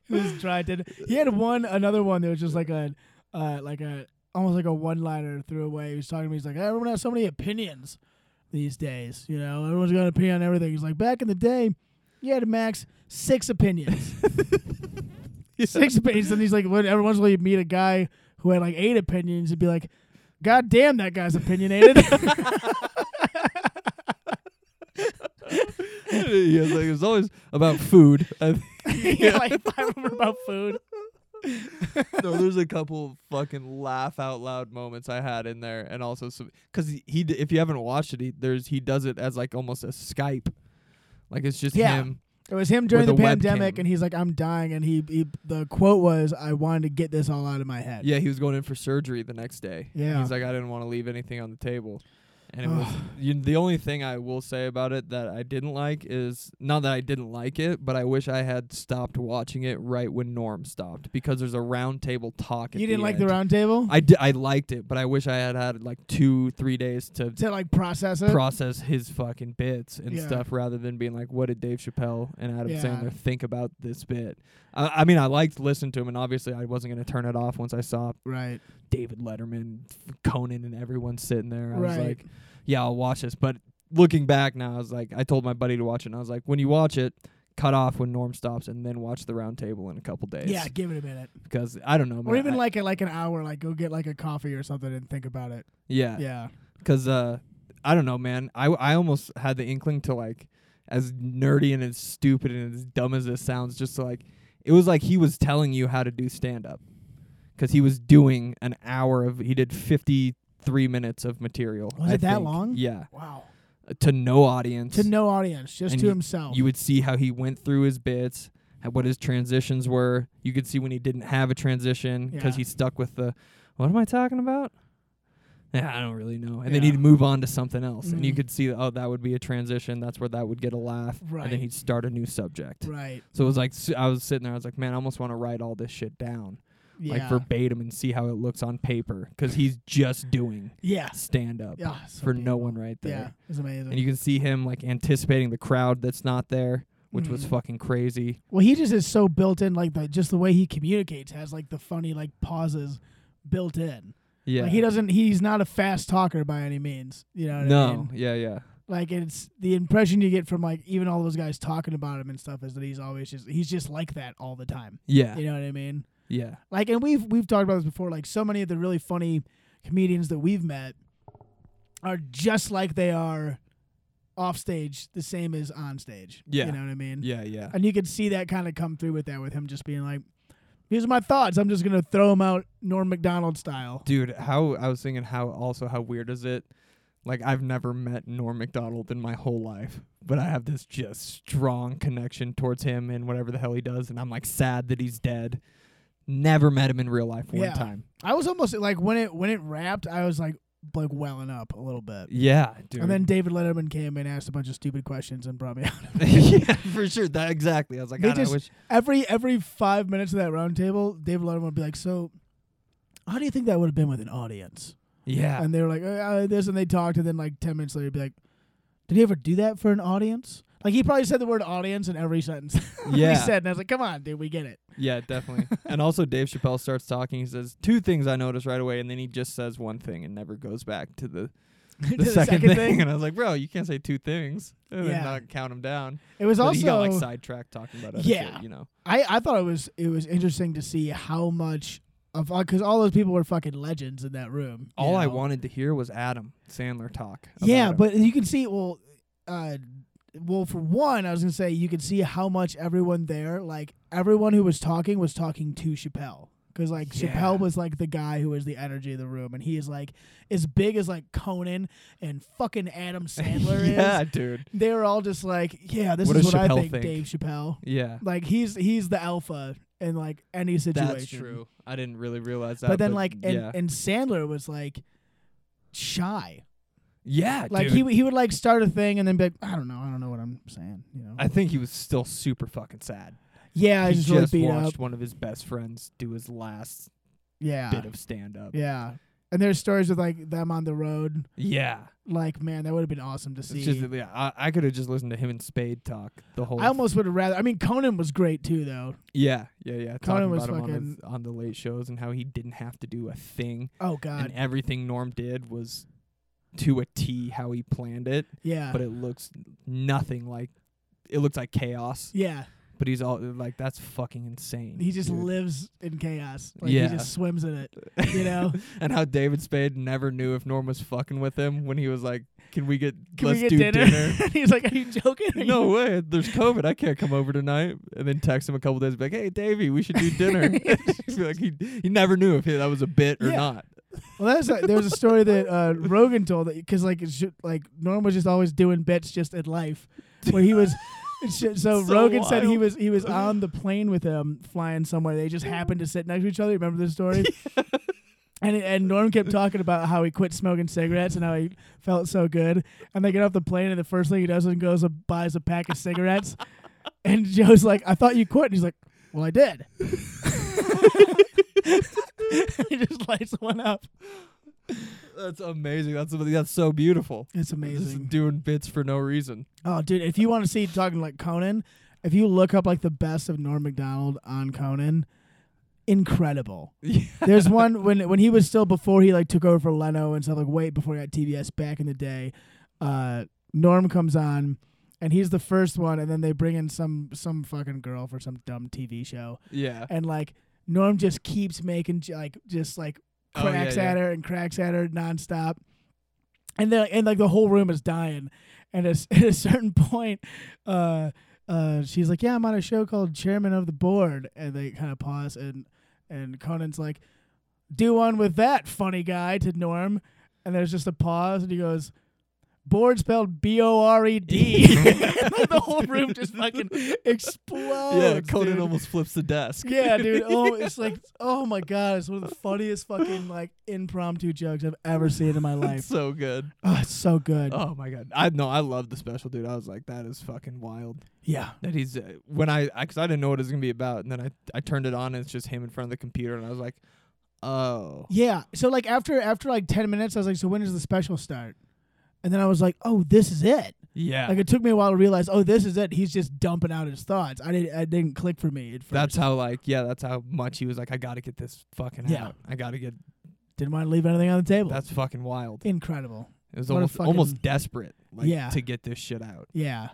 S3: this try did. He had one another one that was just like a uh, like a almost like a one liner threw away. He was talking to me. He's like, everyone has so many opinions these days. You know, everyone's got an opinion on everything. He's like, back in the day, you had to max six opinions, six opinions. And he's like, when every once in a while you meet a guy who had like eight opinions, and be like, God damn, that guy's opinionated. <laughs>
S2: he was like, it was always about food. <laughs> I think.
S3: yeah, like five of them about food.
S2: no, there's a couple fucking laugh out loud moments I had in there, and also some because he, he d- if you haven't watched it, he, there's he does it as like almost a Skype, like it's just
S3: Yeah.
S2: him.
S3: It was him during the
S2: With a
S3: pandemic,
S2: webcam.
S3: and he's like, "I'm dying," and he, he the quote was, "I wanted to get this all out of my head."
S2: Yeah, he was going in for surgery the next day.
S3: Yeah.
S2: he's like, I didn't want to leave anything on the table, and it
S3: Ugh. <sighs>
S2: was you, the only thing I will say about it that I didn't like is not that I didn't like it, but I wish I had stopped watching it right when Norm stopped because there's a round table talk. at
S3: you didn't like the
S2: end.
S3: round table
S2: I, d- I liked it, but I wish I had had like two, three days to
S3: to like process it.
S2: process his fucking bits and
S3: Yeah.
S2: stuff rather than being like, what did Dave Chappelle and Adam
S3: Yeah.
S2: Sandler think about this bit? I, I mean, I liked listening to him, and obviously I wasn't going to turn it off once I saw
S3: right,
S2: David Letterman, f- Conan, and everyone sitting there. I was
S3: Right.
S2: like, yeah, I'll watch this. But looking back now, I was like, I told my buddy to watch it, and I was like, when you watch it, cut off when Norm stops and then watch the round table in a couple days.
S3: yeah. Give it a minute,
S2: Because I don't know, man.
S3: or even
S2: I-
S3: like a, like an hour. Like go get like a coffee or something and think about it.
S2: yeah.
S3: Yeah,
S2: Cause uh, I don't know, man. I I almost had the inkling to like, as nerdy and as stupid and as dumb as this sounds, just to, like it was like he was telling you how to do stand up, cause he was doing an hour of he did fifty three minutes of material.
S3: Was
S2: I
S3: it that
S2: think.
S3: long?
S2: Yeah,
S3: wow.
S2: to no audience.
S3: To no audience, just
S2: And
S3: to
S2: you-
S3: himself.
S2: You would see how he went through his bits, how, what his transitions were. You could see when he didn't have a transition because
S3: Yeah.
S2: he stuck with the, what am I talking about? Yeah, I don't really know. And then
S3: Yeah.
S2: he'd move on to something else, and you
S3: Mhm.
S2: could see, oh, that would be a transition. That's where that would get a laugh, and
S3: Right.
S2: then he'd start a new subject.
S3: right.
S2: So it was like s- I was sitting there, I was like, man, I almost want to write all this shit down,
S3: Yeah.
S2: like verbatim, and see how it looks on paper, because he's just
S3: <laughs>
S2: doing <laughs>
S3: yeah.
S2: stand up
S3: Yeah. so
S2: for no
S3: beautiful.
S2: one right there
S3: Yeah. It's amazing.
S2: and you can see him like anticipating the crowd that's not there, which was
S3: Mhm.
S2: fucking crazy.
S3: well, he just is so built in. Like the just the way he communicates has like the funny like pauses built in.
S2: Yeah,
S3: Like he doesn't. He's not a fast talker by any means. You know. What I
S2: No,
S3: mean?
S2: yeah, yeah,
S3: Like it's the impression you get from like even all those guys talking about him and stuff is that he's always just he's just like that all the time.
S2: yeah,
S3: You know what I mean?
S2: yeah,
S3: Like and we've we've talked about this before. Like so many of the really funny comedians that we've met are just like they are off stage, the same as on stage.
S2: Yeah.
S3: You know what I mean?
S2: yeah, yeah,
S3: And you could see that kind of come through with that with him just being like, These are my thoughts. I'm just gonna throw them out Norm McDonald style.
S2: dude. How I was thinking, how also how weird is it? Like I've never met Norm Macdonald in my whole life, but I have this just strong connection towards him and whatever the hell he does, and I'm like sad that he's dead. Never met him in real life one
S3: Yeah.
S2: time.
S3: I was almost like when it when it wrapped, I was like like welling up a little bit.
S2: Yeah, dude.
S3: And then David Letterman came and asked a bunch of stupid questions and brought me <laughs>
S2: <laughs>
S3: out.
S2: yeah, for sure. That exactly. I was like,
S3: They
S2: God,
S3: just-
S2: I wish.
S3: Every every five minutes of that round table, David Letterman would be like, "So, how do you think that would have been with an audience?"
S2: Yeah.
S3: And they were like, uh, uh, "This," and they talked, and then like ten minutes later, he'd be like, "Did he ever do that for an audience?" Like he probably said the word "audience" in every sentence <laughs> that
S2: yeah.
S3: he said, and I was like, "Come on, dude, we get it." <laughs>
S2: Yeah, definitely. and also, Dave Chappelle starts talking. He says two things I noticed right away, and then he just says one thing and never goes back to the,
S3: To
S2: the, second, thing. <laughs> And I was like, bro, you can't say two things <laughs> and
S3: Yeah.
S2: then not count them down.
S3: it was
S2: But
S3: also
S2: he got like sidetracked talking about other
S3: Yeah.
S2: shit, you know.
S3: I, I thought it was it was interesting to see how much of because all those people were fucking legends in that room. you
S2: All I
S3: know?
S2: wanted to hear was Adam Sandler talk. about
S3: Yeah,
S2: him.
S3: but you can see well, uh, well for one, I was gonna say you could see how much everyone there, like everyone who was talking, was talking to Chappelle. Because like
S2: Yeah.
S3: Chappelle was like the guy who was the energy of the room, and he is like as big as like Conan and
S2: <laughs>
S3: fucking Adam Sandler
S2: yeah,
S3: is.
S2: dude.
S3: They were all just like, yeah, this
S2: What
S3: is
S2: does
S3: what I
S2: Chappelle
S3: think,
S2: think?
S3: Dave Chappelle.
S2: Yeah.
S3: Like he's he's the alpha in like any situation.
S2: That's true. I didn't really realize that.
S3: But then like and,
S2: yeah,
S3: and Sandler was like shy.
S2: yeah,
S3: Like
S2: dude.
S3: he he would like start a thing and then be like, I don't know, I don't know what I'm saying. You know.
S2: I think he was still super fucking sad.
S3: yeah,
S2: I
S3: I
S2: he
S3: just,
S2: just,
S3: really beat up.
S2: watched one of his best friends do his last
S3: Yeah.
S2: bit of stand up.
S3: Yeah. And there's stories with like them on the road.
S2: yeah.
S3: Like, man, that would have been awesome to see.
S2: It's just that, yeah, I, I could have just listened to him and Spade talk the whole.
S3: I almost would have rather I mean Conan was great too though.
S2: yeah, yeah, yeah. Talking
S3: Conan was
S2: about him on,
S3: fucking-
S2: his- on the late shows and how he didn't have to do a thing,
S3: Oh god.
S2: and everything Norm did was to a T how he planned it,
S3: yeah.
S2: but it looks nothing like. It looks like chaos,
S3: yeah.
S2: but he's all like, "That's fucking insane."
S3: He just
S2: dude."
S3: lives in chaos. Like
S2: Yeah.
S3: he just swims in it.
S2: <laughs>
S3: You know? <laughs>
S2: and how David Spade never knew if Norm was fucking with him when he was like, "Can we get
S3: Can
S2: let's
S3: we get
S2: do
S3: dinner?
S2: dinner?
S3: And He's like, Are you joking? Are
S2: <laughs>
S3: you
S2: no way. There's COVID. I can't come over tonight. And then text him a couple days, be like, hey, Davey, we should do
S3: <laughs>
S2: dinner. <laughs> Be like, he, he never knew if he, that was a bit or
S3: Yeah.
S2: not.
S3: Well, that's like, there was a story that uh, Rogan told that because like it's ju- like Norm was just always doing bits just in life where
S2: <laughs>
S3: he was. it's ju- So,
S2: So
S3: Rogan said he
S2: wild.
S3: was he
S2: <laughs>
S3: was on the plane with him flying somewhere. They just happened to sit next to each other. Remember this story?
S2: <laughs>
S3: And and Norm kept talking about how he quit smoking cigarettes and how he felt so good. And they get off the plane and the first thing he does is goes and buys a pack
S2: <laughs>
S3: of cigarettes. and Joe's like, "I thought you quit." And he's like, "Well,
S2: <laughs>
S3: I did." <laughs> he just lights one up.
S2: That's amazing. That's that's so beautiful.
S3: It's
S2: Just
S3: amazing.
S2: doing bits for no
S3: <laughs>
S2: reason.
S3: Oh, dude, if you want to see talking like Conan, if you look up like the best of Norm Macdonald on Conan, incredible. There's one when when he was still before he like took over for Leno and stuff like way before he got TBS back in the day. Uh, Norm comes on. And he's the first one, and then they bring in some some fucking girl for some dumb TV show,
S2: <laughs> Yeah.
S3: and like Norm just keeps making j- like just like
S2: Oh, yeah,
S3: cracks
S2: yeah.
S3: at her and cracks at her nonstop. And then and like the whole room is dying. And at, at a <laughs> certain point, uh, uh, she's like, "Yeah, I'm on a show called Chairman of the Board," and they kind of pause and and Conan's like, "Do one with that funny guy" to Norm, and there's just a pause, and he goes. Board spelled B O R E D. <laughs> Like the whole room just
S2: <laughs>
S3: fucking explodes.
S2: yeah, Conan
S3: Oh, dude.
S2: almost flips the desk.
S3: Yeah, dude. Oh, it's like, oh my god, it's one of the funniest fucking like impromptu jokes I've ever seen
S2: <laughs>
S3: in my
S2: It's
S3: life.
S2: <laughs> so good.
S3: Oh, it's so good.
S2: Oh my god. I no, I love the special, dude. I was like, that is fucking wild.
S3: Yeah,
S2: That he's uh, when I because I, didn't know what it was gonna be about, and then I I turned it on and it's just him in front of the computer, and I was like, oh,
S3: yeah. So like after after like ten minutes, I was like, so when does the special start? And then I was like, oh, this is it.
S2: yeah.
S3: Like it took me a while to realize, oh, this is it. He's just dumping out his thoughts. I didn't, I didn't click for me at first.
S2: That's how like yeah, that's how much he was like, I gotta get this fucking
S3: Yeah.
S2: out. I gotta get
S3: didn't want to leave anything on the table.
S2: that's fucking wild.
S3: incredible.
S2: It was
S3: what a
S2: almost
S3: fucking-
S2: almost desperate, like
S3: Yeah.
S2: to get this shit out.
S3: Yeah,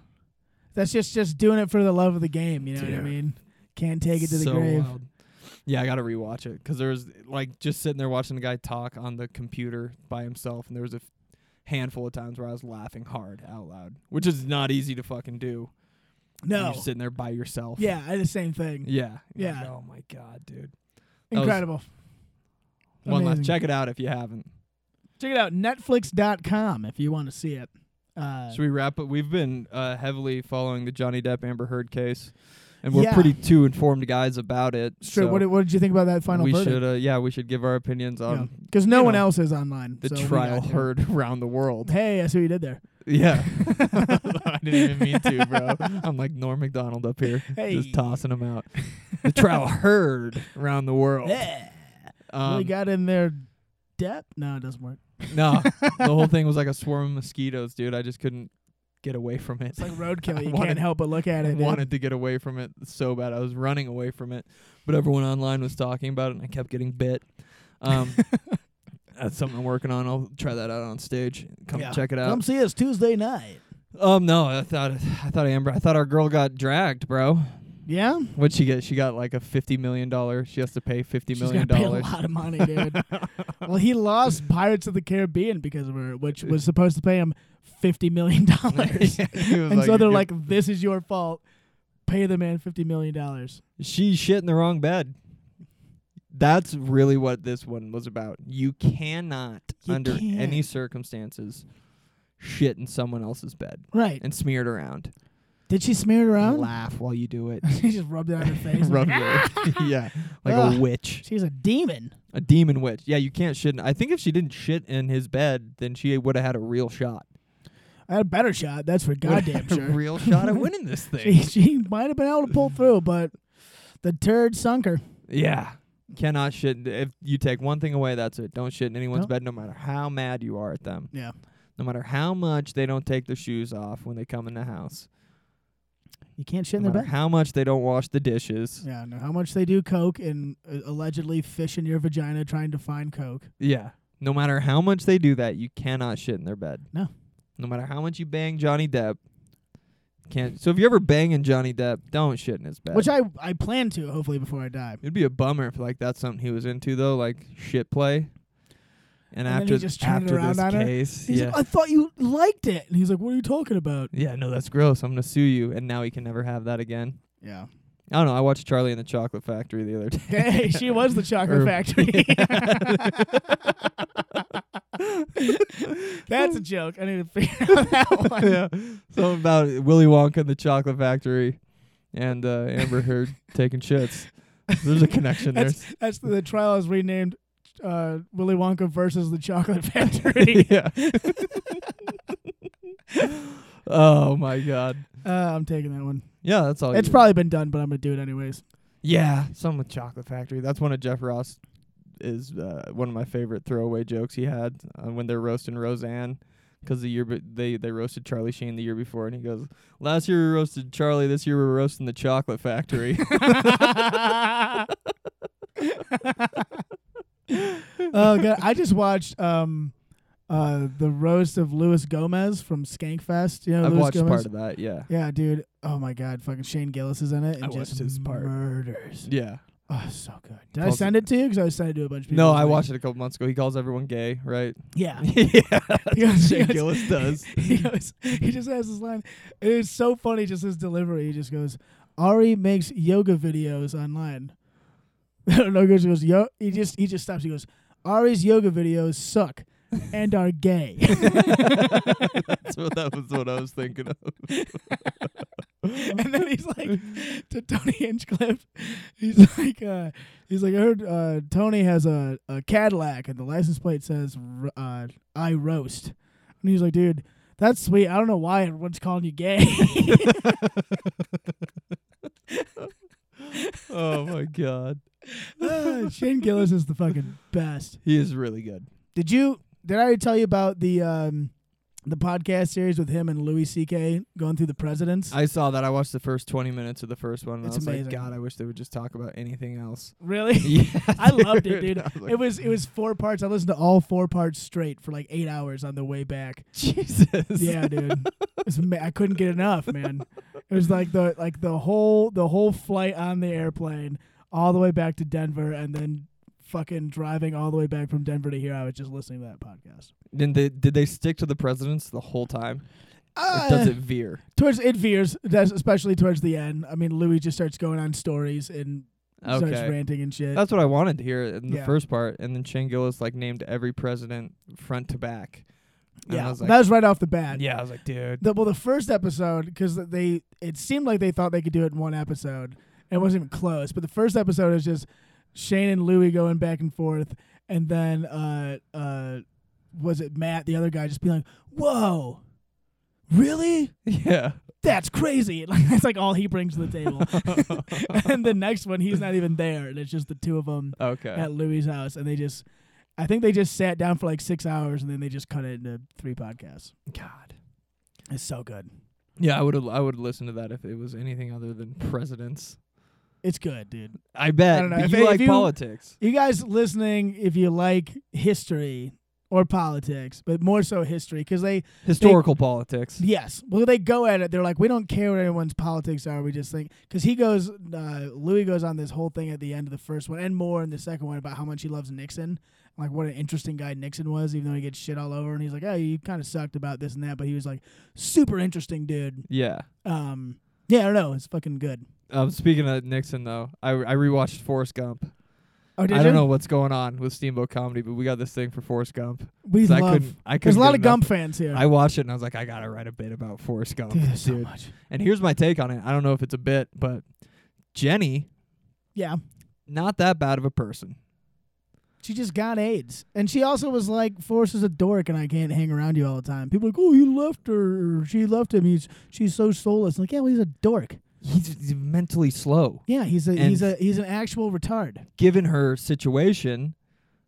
S3: that's just just doing it for the love of the game. You know what I
S2: Dude.
S3: mean? Can't take it to the
S2: So
S3: grave.
S2: wild. Yeah, I gotta rewatch it because there was like just sitting there watching the guy talk on the computer by himself, and there was a f- handful of times where I was laughing hard out loud, which is not easy to fucking do. when
S3: No.
S2: you're sitting there by yourself.
S3: Yeah, I had the same thing.
S2: yeah, You're like,
S3: Yeah.
S2: oh my god, dude. That was-
S3: Incredible.
S2: One last
S3: Amazing.
S2: check it out if you haven't.
S3: Check it out, netflix.com if you want to see it. Uh,
S2: Should we wrap up? We've been uh, heavily following the Johnny Depp Amber Heard case. and we're
S3: Yeah.
S2: pretty two informed guys about it.
S3: Straight.
S2: so
S3: what, did, what did you think about that final
S2: we
S3: verdict?
S2: should, uh, yeah, we should give our opinions on
S3: Because no
S2: you
S3: one
S2: know,
S3: else is online.
S2: the
S3: so we got
S2: trial
S3: you.
S2: heard <laughs> around the world.
S3: Hey, I see what you did there.
S2: Yeah, <laughs> I didn't even mean to, bro. I'm like Norm Macdonald up here,
S3: Hey.
S2: just tossing them <laughs> out. The trial heard around the world.
S3: Yeah.
S2: Oh. Um,
S3: really got in there depth. No, it doesn't work.
S2: no, <laughs> the whole thing was like a swarm of mosquitoes, dude. I just couldn't get away from it.
S3: It's like roadkill. You
S2: <laughs> wanted-
S3: can't help but look at
S2: I
S3: it. dude.
S2: wanted to get away from it so bad. I was running away from it, but everyone online was talking about it, and I kept getting bit.
S3: <laughs>
S2: Um, that's something I'm working on. I'll try that out on stage. Come
S3: Yeah.
S2: check it out.
S3: Come see us Tuesday night.
S2: um, no, I thought I thought Amber. I thought our girl got dragged, bro.
S3: Yeah.
S2: What'd she get? She got like a fifty million dollar. She has to pay fifty
S3: She's
S2: million
S3: gonna pay a
S2: dollars.
S3: lot <laughs> of money,
S2: <laughs>
S3: dude. well, he lost Pirates of the Caribbean because of her, which was supposed to pay him fifty million
S2: <laughs>
S3: dollars. and so they're like, "This is your fault. Pay the man fifty million dollars."
S2: she shit in the wrong bed. That's really what this one was about. You cannot,
S3: You
S2: under any
S3: can't.
S2: circumstances, shit in someone else's bed
S3: Right?
S2: and smear it around.
S3: Did she smear it
S2: And
S3: around?
S2: Laugh while you do it.
S3: <laughs> she just rubbed it on her face.
S2: <laughs> Rub it. <laughs> yeah, like a
S3: Ugh.
S2: witch,
S3: She's a demon.
S2: a demon witch. Yeah, you can't shit. In, I think if she didn't shit in his bed, then she would have had a real shot.
S3: I had a better shot. That's for
S2: Would've <laughs>
S3: goddamn
S2: had a
S3: sure.
S2: real shot
S3: <laughs>
S2: at winning this
S3: She,
S2: thing.
S3: she might have been able to pull through, but the turd sunk her.
S2: yeah. Cannot shit. in- If you take one thing away, that's it. Don't shit in anyone's
S3: No.
S2: bed, no matter how mad you are at them.
S3: Yeah.
S2: no matter how much they don't take their shoes off when they come in the house,
S3: You can't shit
S2: no
S3: in their
S2: matter
S3: bed.
S2: how much they don't wash the dishes.
S3: Yeah, no. How much they do coke and uh, allegedly fish in your vagina trying to find coke.
S2: Yeah. No matter how much they do that, you cannot shit in their bed.
S3: No.
S2: No matter how much you bang Johnny Depp, can't. So if you're ever banging Johnny Depp, don't shit in his bed.
S3: Which I I plan to hopefully before I die.
S2: It'd be a bummer if like that's something he was into though, like shit play. And,
S3: And then
S2: after
S3: he just turned
S2: after
S3: around
S2: this
S3: on her.
S2: case,
S3: He's
S2: yeah.
S3: like, I thought you liked it, and he's like, What are you talking about?
S2: yeah, no, that's gross. I'm gonna sue you, and now he can never have that again.
S3: Yeah.
S2: I don't know. I watched Charlie and the Chocolate Factory the other <laughs>
S3: <laughs>
S2: day.
S3: Hey, she was
S2: <laughs>
S3: the chocolate
S2: Or-
S3: factory. <laughs> That's a joke. I need to figure
S2: <laughs>
S3: out that one.
S2: yeah. Something about Willy Wonka and the Chocolate Factory and uh, Amber
S3: <laughs>
S2: Heard taking shits. There's a connection there.
S3: That's, that's the trial is renamed uh, Willy Wonka versus the
S2: <laughs>
S3: Chocolate Factory.
S2: yeah. <laughs> oh my god.
S3: uh, I'm taking that one.
S2: Oh, Yeah, that's all.
S3: It's
S2: you-
S3: probably been done, but I'm gonna do
S2: <laughs>
S3: it anyways. <laughs>
S2: yeah. Something with Chocolate Factory. That's one of Jeff Ross is uh, one of my favorite throwaway jokes he had uh, when they're roasting Roseanne. Because the year be- they they roasted Charlie Sheen the year before, and he goes, "Last year we roasted Charlie. This year we're roasting the Chocolate <laughs> Factory."
S3: Oh god, I just watched um, uh, the roast of Luis Gomez from Skankfest. You know,
S2: I've
S3: Luis
S2: watched
S3: Gomez?
S2: part of that. Yeah.
S3: Yeah, dude. Oh my god, fucking Shane Gillis is in it and
S2: I
S3: just
S2: watched his part.
S3: murders.
S2: Yeah.
S3: Oh, so good. Did
S2: Calls
S3: I send it to you? Because I sent it to a bunch of people.
S2: No,
S3: this
S2: I
S3: week.
S2: watched it a couple months ago. He calls everyone gay, <laughs> right?
S3: Yeah. <laughs>
S2: yeah.
S3: Yes,
S2: Shane
S3: yes.
S2: Gillis <laughs> does.
S3: <laughs> he goes, he just has this line. It is so funny, just his delivery. He just goes, Ari makes yoga videos online. <laughs> no, he goes, he goes, yo. He just he just stops. He goes, Ari's yoga videos suck and
S2: <laughs>
S3: are gay. <laughs>
S2: That's what that was what I was thinking of.
S3: <laughs> and then he's
S2: <laughs>
S3: like to Tony Hinchcliffe. He's like, uh, he's like, I heard uh, Tony has a, a Cadillac, and the license plate says r- uh, "I roast," and he's like, dude. That's sweet. I don't know why everyone's calling
S2: <laughs>
S3: you gay. <laughs>
S2: Oh my god.
S3: Ah, Shane Gillis is the fucking best.
S2: He is really good.
S3: Did you? Did I already tell you about the um, the podcast series with him and Louis C.K. going through the
S2: <laughs>
S3: presidents?
S2: I saw that. I watched the first 20 minutes of the first one and
S3: It's
S2: I was
S3: amazing.
S2: like, god, I wish they would just talk about anything
S3: <laughs>
S2: else.
S3: really?
S2: <laughs> Yeah.
S3: I loved it,
S2: <laughs>
S3: dude.
S2: I was like,
S3: It was it was four parts. I listened to all four parts straight for like eight hours on the way back.
S2: <laughs> Jesus.
S3: Yeah, dude, It's ama- I couldn't get enough, man. It was like the like the whole the whole flight on the airplane all the way back to Denver, and then fucking driving all the way back from Denver to here. I was just listening to that podcast.
S2: Did they did they stick to the presidents the whole time? Or does it veer?
S3: Uh, towards it veers, that's especially towards the end. I mean, Louis just starts going on stories and starts
S2: Okay.
S3: ranting and shit.
S2: That's what I wanted to hear in the
S3: Yeah.
S2: first part, and then Shane Gillis like named every president front to back And
S3: yeah,
S2: I was like,
S3: that was right off the bat.
S2: yeah, I was like,
S3: <laughs>
S2: dude,
S3: The, well, the first episode, because they it seemed like they thought they could do it in one episode, and it wasn't even close. But the first episode is just Shane and Louie going back and forth, and then uh, uh, was it Matt, the other guy, just being like, "Whoa, really?
S2: yeah,
S3: That's crazy!" <laughs> Like that's like all he brings to the table. and the next one, he's not even there, and it's just the two of them
S2: okay,
S3: at Louie's house, and they just. I think they just sat down for like six hours and then they just cut it into three podcasts.
S2: God,
S3: It's so good.
S2: yeah, I would I would listen to that if it was anything other than presidents.
S3: It's good, dude.
S2: I bet
S3: don't know,
S2: but
S3: if
S2: you
S3: it- if
S2: like
S3: you-
S2: politics.
S3: You guys listening, if you like history or politics, but more so history, because they,
S2: Historical politics.
S3: yes, well, they go at it. They're like, we don't care what anyone's politics are. We just think, because he goes, uh, Louis goes on this whole thing at the end of the first one and more in the second one about how much he loves Nixon. Like, what an interesting guy Nixon was, even though he gets shit all over. And he's like, oh, you kind of sucked about this and that, but he was like, super interesting dude.
S2: Yeah.
S3: Um, yeah, I don't know. It's fucking good.
S2: Um, speaking of Nixon, though, I I rewatched Forrest Gump.
S3: Oh, did
S2: I
S3: you?
S2: don't know what's going on with Steamboat Comedy, but we got this thing for Forrest Gump.
S3: We
S2: 'Cause I
S3: love.
S2: couldn't. I
S3: There's
S2: couldn't
S3: a lot
S2: get
S3: of
S2: enough-
S3: Gump fans here.
S2: I watched it and I was like, I gotta write a bit about Forrest Gump,
S3: dude, there's so
S2: dude.
S3: much.
S2: And here's my take on it. I don't know if it's a bit, but Jenny,
S3: Yeah.
S2: not that bad of a person.
S3: She just got AIDS. And she also was like, Forrest is a dork and I can't hang around you all the time. People are like, oh, he left her. Or she left him. He's She's so soulless. like, yeah, well, he's a dork.
S2: He's, he's mentally slow.
S3: Yeah, he's a he's a
S2: And-
S3: he's an actual retard.
S2: Given her situation,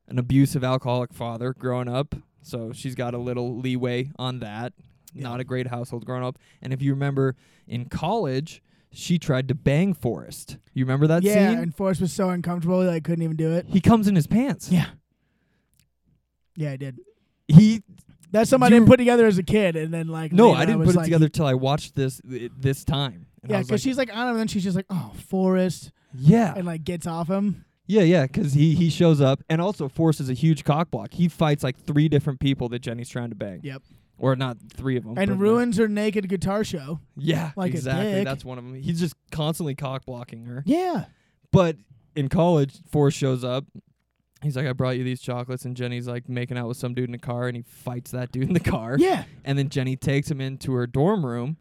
S2: an abusive alcoholic father growing up, so she's got a little leeway on that. Not a great household growing up. And if you remember in college, she tried to bang Forrest. You remember that
S3: yeah,
S2: scene?
S3: and Forrest was so uncomfortable that I couldn't even do it.
S2: he comes in his pants.
S3: Yeah. Yeah, I did.
S2: He
S3: That's something I
S2: You-
S3: didn't put together as a kid, and then like
S2: no,
S3: later
S2: I didn't
S3: was
S2: put it
S3: like,
S2: together till I watched this this time. And I
S3: yeah,
S2: was
S3: because
S2: like, Ah.
S3: she's like on him, and then she's just like, oh, Forrest,
S2: yeah,
S3: and like gets off him.
S2: Yeah, yeah, because he he shows up, and also Force is a huge cock block. He fights like three different people that Jenny's trying to bang.
S3: Yep.
S2: Or not three of them.
S3: And ruins her naked guitar show.
S2: Yeah,
S3: like a
S2: exactly.
S3: dick.
S2: That's one of them. He's just constantly cock blocking her.
S3: Yeah.
S2: But in college, Force shows up. He's like, I brought you these chocolates, and Jenny's like making out with some dude in a car, and he fights that dude in the car.
S3: Yeah.
S2: And then Jenny takes him into her dorm room.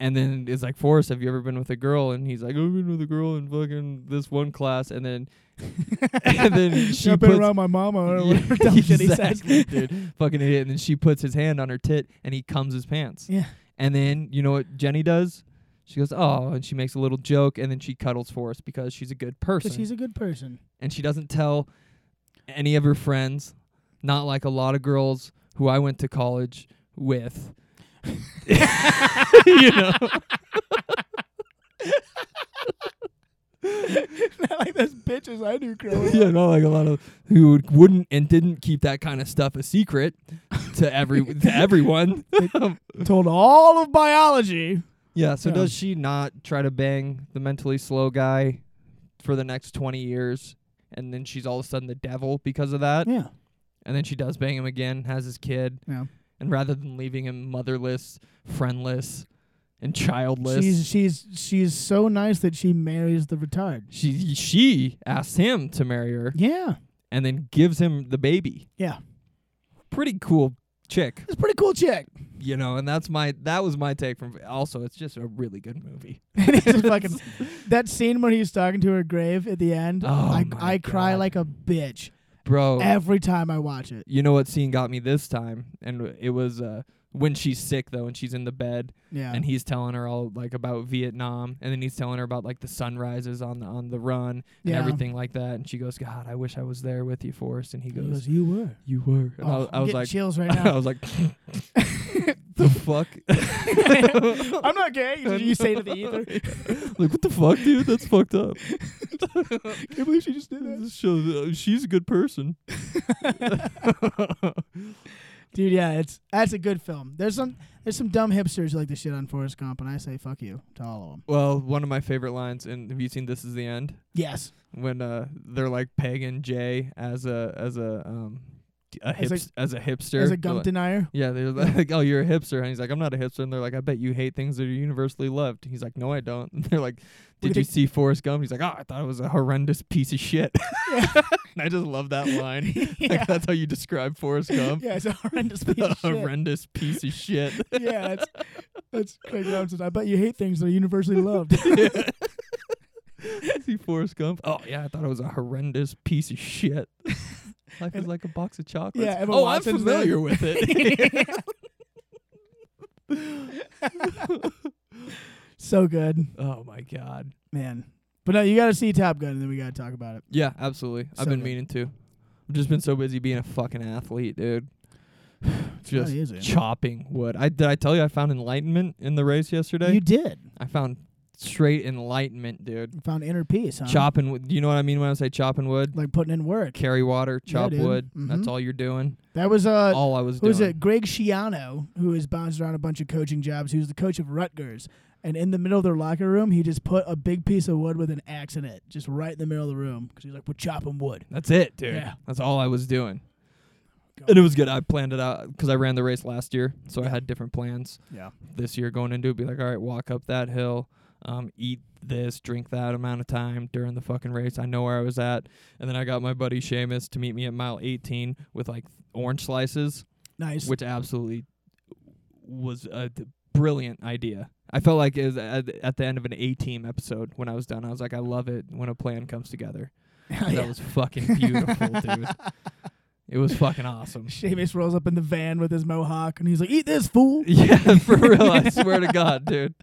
S2: And then it's like, Forrest, have you ever been with a girl? And he's like, I've been with a girl in fucking this one class. And then, <laughs> and
S3: <laughs>
S2: then she
S3: I've been
S2: puts,
S3: around my mama
S2: <laughs>
S3: or
S2: Yeah,
S3: whatever <laughs> dumb shit he says.
S2: exactly, dude. Fucking idiot. And then she puts his hand on her tit and he comes his pants.
S3: Yeah.
S2: And then you know what Jenny does? She goes, Oh, and she makes a little joke and then she cuddles for us because she's a good person.
S3: Because he's a good person. <laughs>
S2: and she doesn't tell any of her friends, not like a lot of girls who I went to college with. <laughs> you know?
S3: Not like those bitches I knew growing <laughs>
S2: <laughs>
S3: up.
S2: yeah, not like a lot of who would- wouldn't and didn't keep that kind of stuff a secret to every to everyone.
S3: Told all of biology.
S2: Yeah, so
S3: Yeah.
S2: does she not try to bang the mentally slow guy for the next 20 years and then she's all of a sudden the devil because of that?
S3: Yeah.
S2: And then she does bang him again, has his kid,
S3: Yeah.
S2: and rather than leaving him motherless, friendless, and childless,
S3: She's she's she's so nice that she marries the retard.
S2: she she asks him to marry her
S3: Yeah.
S2: and then gives him the baby.
S3: Yeah.
S2: Pretty cool chick,
S3: It's a pretty cool <laughs> chick.
S2: you know, and that's my that was my take from also it's just a really good movie.
S3: And <laughs> it's just fucking that scene where he's talking to her grave at the end.
S2: Oh
S3: I
S2: my
S3: I cry
S2: God.
S3: like a bitch
S2: Bro,
S3: every time I watch it.
S2: you know what scene got me this time and it was uh when she's sick though and she's in the bed
S3: Yeah.
S2: and he's telling her all like about Vietnam and then he's telling her about like the sunrises on the on the run and
S3: Yeah.
S2: everything like that and she goes god I wish I was there with you Forrest and he
S3: He
S2: goes
S3: goes, you were.
S2: you were and I
S3: Oh,
S2: was- I,
S3: I'm
S2: was
S3: getting
S2: like
S3: chills <laughs>
S2: <laughs>
S3: right
S2: I
S3: now.
S2: was like the
S3: <laughs>
S2: fuck
S3: I'm not gay. You, <laughs> you say to the ether.
S2: <laughs> like what the fuck dude that's fucked
S3: <laughs>
S2: up
S3: Can't believe she just did that.
S2: This shows, uh, she's a good person
S3: <laughs> Dude, yeah, it's that's a good film. There's some there's some dumb hipsters who like to shit on Forrest Gump, and I say fuck you to all of them.
S2: well one of my favorite lines and have you seen this is the end
S3: Yes,
S2: when uh they're like pegging Jay as a as a um a
S3: As a-
S2: hipst- as a hipster.
S3: As
S2: They're
S3: a gump
S2: like- <laughs>
S3: denier. <laughs>
S2: yeah, they're like, "Oh, you're a hipster," and he's like, "I'm not a hipster." And they're like, "I bet you hate things that are universally loved." He's like, "No, I don't." <laughs> And they're like,
S3: Look
S2: "Did
S3: at
S2: you
S3: the-
S2: see Forrest Gump?" He's like, "Oh, I thought it was a horrendous piece of
S3: <laughs>
S2: shit." and <laughs> I just love that line.
S3: Yeah.
S2: Like <laughs> that's how you describe Forrest Gump.
S3: <laughs> Yeah, it's a horrendous piece
S2: <laughs> a
S3: of shit.
S2: horrendous piece of shit.
S3: Yeah, that's that's Craig Robinson. I bet you hate things that are universally loved.
S2: <laughs>
S3: <laughs>
S2: see Forrest Gump? Oh yeah, I thought it was a horrendous piece of
S3: <laughs>
S2: shit. Life is like a box of chocolates.
S3: Yeah, Emma
S2: oh, I'm
S3: Watson's there.
S2: familiar with
S3: <laughs>
S2: it.
S3: so good,
S2: oh my god.
S3: man. But no, you got to see Top Gun, and then we got to talk about it.
S2: Yeah, absolutely. I've
S3: So
S2: been
S3: good.
S2: meaning to. I've just been so busy being a fucking athlete, dude. <sighs>
S3: not
S2: just
S3: easy.
S2: chopping wood. I did I tell you I found enlightenment in the race yesterday?
S3: You did
S2: I found straight enlightenment, dude.
S3: You found inner peace, huh?
S2: Chopping wood. You know what I mean when I say chopping wood?
S3: like putting in work.
S2: Carry water,
S3: Yeah,
S2: chop
S3: dude.
S2: wood.
S3: Mhm.
S2: That's all you're doing.
S3: That was uh,
S2: all I was
S3: who
S2: doing.
S3: was it? Greg Schiano, who has bounced around a bunch of coaching jobs. He was the coach of Rutgers, and in the middle of their locker room, he just put a big piece of wood with an axe in it, just right in the middle of the room, because he's like, "We're chopping wood."
S2: That's it, dude.
S3: Yeah.
S2: That's all I was doing.
S3: Go.
S2: And it was good. I planned it out because I ran the race last year, so I had different plans.
S3: Yeah.
S2: This year going into it, be like, all right, walk up that hill, um, eat this, drink that amount of time during the fucking race. I know where I was at, and then I got my buddy Seamus to meet me at mile 18 with like orange slices,
S3: Nice.
S2: which absolutely was a d- brilliant idea. I felt like it was at at the end of an A team episode when I was done. I was like, I love it when a plan comes together.
S3: Hell
S2: That
S3: yeah.
S2: was fucking beautiful, dude. It was fucking awesome.
S3: Seamus rolls up in the van with his mohawk, and he's like, "Eat this, fool."
S2: <laughs> Yeah, for real. I swear to God, dude.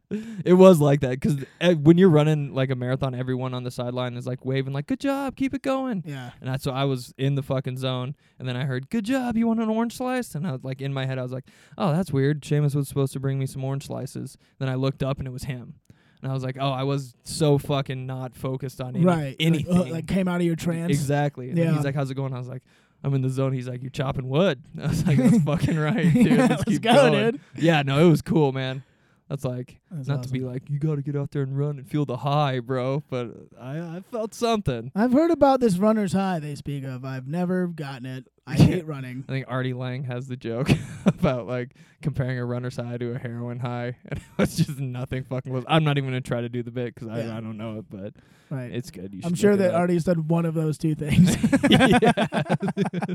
S2: It was like that because when you're running like a marathon, everyone on the sideline is like waving, like "Good job, keep it going."
S3: Yeah.
S2: And I, so I was in the fucking zone, and then I heard "Good job, you want an orange slice?" And I was like, in my head, I was like, "Oh, that's weird." Seamus was supposed to bring me some orange slices. Then I looked up, and it was him. And I was like, "Oh, I was so fucking not focused on any,
S3: right. Like,
S2: anything."
S3: uh, Like, came out of your trance.
S2: Exactly. And then
S3: Yeah.
S2: He's like, "How's it going?" I was like, "I'm in the zone." He's like, "You're chopping wood." <laughs> I was like,
S3: <laughs>
S2: "That's fucking right, dude.
S3: Yeah,
S2: Let's,
S3: let's
S2: keep
S3: go,
S2: going."
S3: dude.
S2: Yeah, no, it was cool, man. That's like
S3: That's
S2: not to
S3: awesome.
S2: be like you got to get out there and run and feel the high, bro. But I, I felt something.
S3: I've heard about this runner's high they speak of. I've never gotten it.
S2: <laughs>
S3: I hate running.
S2: I think Artie Lang has the joke <laughs> about like comparing a runner's high to a heroin high, <laughs> and it was just nothing fucking. Was I'm not even gonna try to do the bit because
S3: Yeah.
S2: I, I don't know it, but
S3: Right.
S2: it's good. You
S3: I'm
S2: should
S3: sure
S2: look it
S3: that
S2: up.
S3: Artie's done one of those two things. <laughs>
S2: <laughs>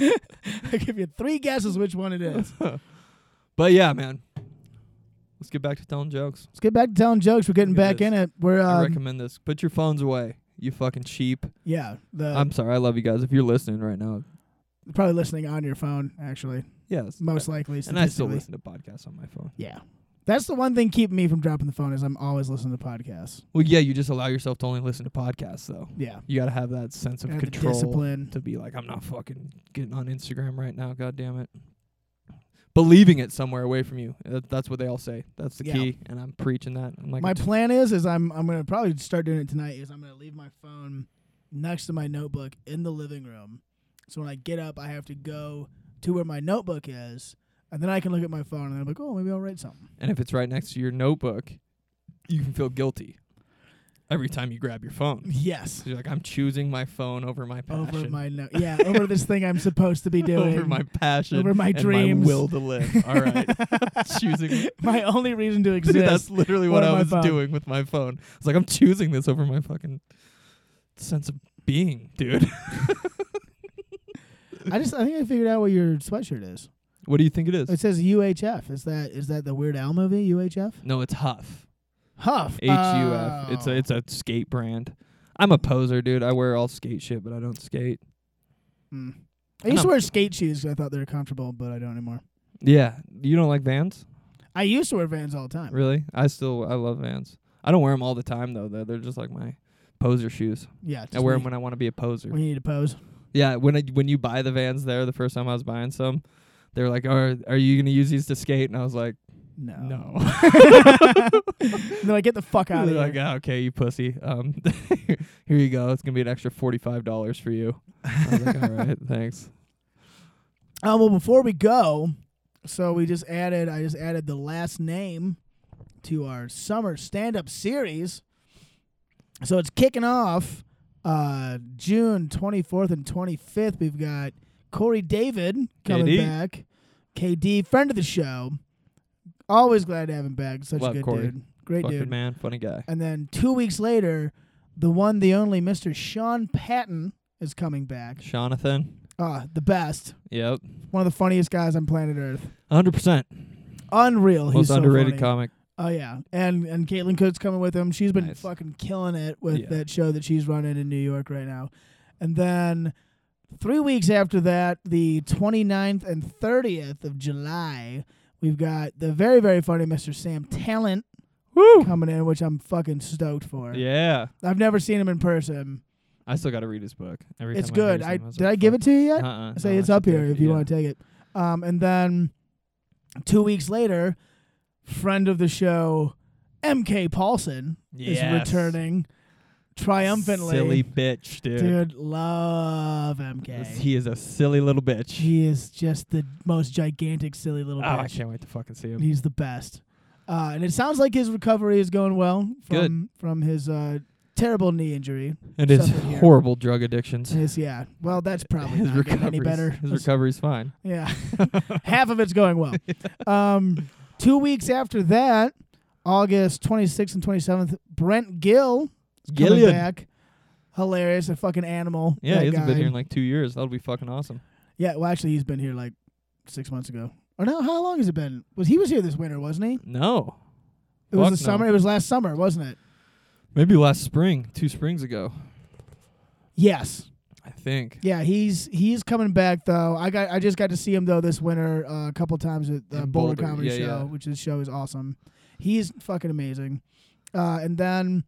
S3: I give you three guesses which one it is.
S2: But yeah, man, let's get back to telling jokes.
S3: Let's get back to telling jokes. We're getting
S2: Look at
S3: back
S2: this.
S3: in it. We're
S2: I
S3: um,
S2: recommend this. Put your phones away, you fucking sheep.
S3: yeah, the
S2: I'm sorry. I love you guys. If you're listening right now,
S3: probably listening on your phone actually,
S2: yes,
S3: most likely.
S2: And I still
S3: statistically.
S2: listen to podcasts on my phone.
S3: Yeah, that's the one thing keeping me from dropping the phone is I'm always listening to podcasts.
S2: Well, yeah, you just allow yourself to only listen to podcasts, though.
S3: Yeah,
S2: You got to have that sense of
S3: And the
S2: control
S3: discipline.
S2: to be like, I'm not fucking getting on Instagram right now. God damn it. Believing it somewhere away from you. That- That's what they all say. That's the
S3: Yeah.
S2: key. And I'm preaching that. I'm like,
S3: My
S2: a
S3: plan is is I'm I'm gonna probably start doing it tonight. Is I'm gonna leave my phone next to my notebook in the living room, so when I get up, I have to go to where my notebook is, and then I can look at my phone and I'm like, oh, maybe I'll write something. <laughs>
S2: And if it's right next to your notebook, you can feel guilty every time you grab your
S3: <laughs>
S2: phone.
S3: Yes,
S2: You're like, I'm choosing my phone over my passion.
S3: over my no- yeah, over this thing I'm supposed to be doing.
S2: <laughs> over my passion.
S3: over my
S2: and
S3: dreams.
S2: My will to live. <laughs> All
S3: <laughs>
S2: right. choosing.
S3: my only reason to
S2: Dude, <laughs> that's
S3: exist.
S2: literally what
S3: Over
S2: I
S3: my
S2: was
S3: phone.
S2: doing with my phone. It's like I'm choosing this over my fucking sense of being, dude. <laughs>
S3: I just I think I figured out what your sweatshirt is.
S2: what do you think it is?
S3: It says UHF. Is that is that the Weird Al movie UHF?
S2: no, it's Huff.
S3: Huff.
S2: H U F. It's a
S3: Oh.
S2: it's a skate brand. I'm a poser, dude. I wear all skate shit, but I don't skate.
S3: Mm. I
S2: And
S3: used to
S2: I'm-
S3: wear skate shoes 'cause I thought they were comfortable, but I don't anymore.
S2: Yeah, you don't like Vans?
S3: I used to wear Vans all the time.
S2: Really? I still I love Vans. I don't wear them all the time though. They're, they're just like my poser shoes.
S3: Yeah,
S2: I wear them when I want to be a poser.
S3: we need to pose.
S2: Yeah, when I, when you buy the Vans there, the first time I was buying some, they were like, "Are are you gonna use these to skate?" And I was like,
S3: No,
S2: "No."
S3: <laughs> no, like, get the
S2: <laughs>
S3: fuck out of
S2: They're
S3: here.
S2: like, "Ah, okay, you pussy. Um, <laughs> here you go. It's gonna be an extra forty five dollars for you. I was
S3: <laughs>
S2: like, all right, thanks.
S3: Uh, well, before we go, so we just added. I just added the last name to our summer stand-up series. So it's kicking off uh, June 24th and 25th. We've got Corey David coming
S2: KD.
S3: back. KD, friend of the show. Always glad to have him back. Such
S2: Love
S3: a good
S2: Corey.
S3: dude. Great
S2: Fucking
S3: dude.
S2: man, funny guy.
S3: And then two weeks later, the one, the only Mr. Sean Patton is coming back.
S2: Jonathan.
S3: Ah, the best.
S2: Yep.
S3: One of the funniest guys on planet Earth.
S2: 100%.
S3: Unreal.
S2: Most
S3: He's so
S2: underrated
S3: funny.
S2: comic.
S3: Oh yeah, and and Caitlin Coates coming with him. She's been
S2: Nice.
S3: fucking killing it with
S2: Yeah.
S3: that show that she's running in New York right now. And then three weeks after that, the 29th and 30th of July, we've got the very very funny Mr. Sam Talent
S2: Woo!
S3: coming in, which I'm fucking stoked for.
S2: Yeah.
S3: I've never seen him in person.
S2: I still got to read his book. Every
S3: it's good. I did I give it to you yet?
S2: Uh-uh.
S3: Say
S2: No,
S3: it's
S2: I
S3: up
S2: should
S3: here
S2: take
S3: if
S2: it,
S3: you
S2: yeah.
S3: want to take it. Um, and then two weeks later, friend of the show, MK Paulson
S2: Yes.
S3: is returning triumphantly.
S2: Silly bitch, dude.
S3: Dude, love MK.
S2: This- He is a silly little bitch.
S3: he is just the most gigantic, silly little
S2: Oh, I
S3: bitch.
S2: can't wait to fucking see him.
S3: He's the best. Uh, and it sounds like his recovery is going well
S2: Good.
S3: from from his uh, terrible knee injury.
S2: And his
S3: suffered here.
S2: horrible drug addictions.
S3: And his- yeah, well, that's
S2: <laughs>
S3: probably
S2: his
S3: not getting any
S2: recovery.
S3: better.
S2: His
S3: That's-
S2: recovery's fine. <laughs>
S3: Yeah. Half of it's going well. Um, two weeks after that, August 26th and 27th, Brent Gill is coming
S2: Gillian.
S3: back. Hilarious, a fucking animal.
S2: Yeah,
S3: that
S2: he hasn't
S3: guy.
S2: been here in like two years. That'll be fucking awesome.
S3: yeah, well, actually, he's been here like six months ago. Or no, how long has it been? Was he was here this winter, wasn't he?
S2: No.
S3: It was
S2: Fuck
S3: the
S2: no.
S3: summer. It was last summer, wasn't it?
S2: Maybe last spring, two springs ago,
S3: Yes.
S2: I think.
S3: Yeah, he's he's coming back though. I got I just got to see him though this winter uh, a couple times at the
S2: In
S3: Boulder,
S2: Boulder,
S3: Comedy
S2: yeah,
S3: Show,
S2: yeah.
S3: which his show is awesome. He's fucking amazing. Uh, and then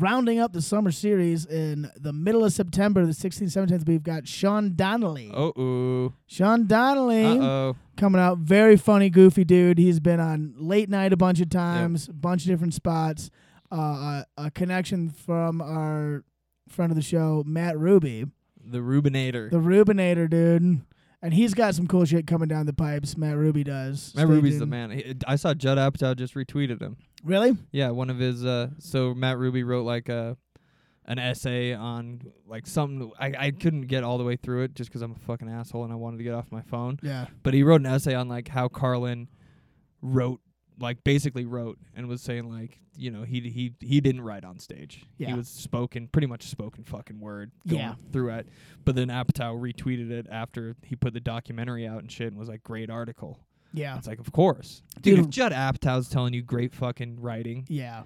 S3: rounding up the summer series in the middle of September, the 16th, 17th, we've got Sean Donnelly.
S2: Uh oh.
S3: Sean
S2: Uh
S3: Donnelly
S2: oh.
S3: coming out, very funny, goofy dude. He's been on late night a bunch of times, a bunch of different spots. Uh, a, a connection from our friend of the show, Matt Ruby.
S2: The Rubinator.
S3: The Rubinator, dude. And he's got some cool shit coming down the pipes. Matt Ruby does.
S2: Matt
S3: Stay
S2: Ruby's the
S3: tuned.
S2: man. He- I saw Judd Apatow just retweeted him.
S3: Really?
S2: Yeah, one of his. Uh, so Matt Ruby wrote like a, an essay on like something. I, I couldn't get all the way through it just 'cause I'm a fucking asshole and I wanted to get off my phone.
S3: Yeah.
S2: But he wrote an essay on like how Carlin wrote, like basically wrote and was saying like you know he he he didn't write on stage. He
S3: Yeah.
S2: was spoken, pretty much spoken fucking word. Going
S3: Yeah.
S2: Through it, but then Apatow retweeted it after he put the documentary out and shit and was like great article.
S3: Yeah.
S2: It's like, of course, dude.
S3: Dude.
S2: If Judd Apatow's telling you great fucking writing,
S3: Yeah.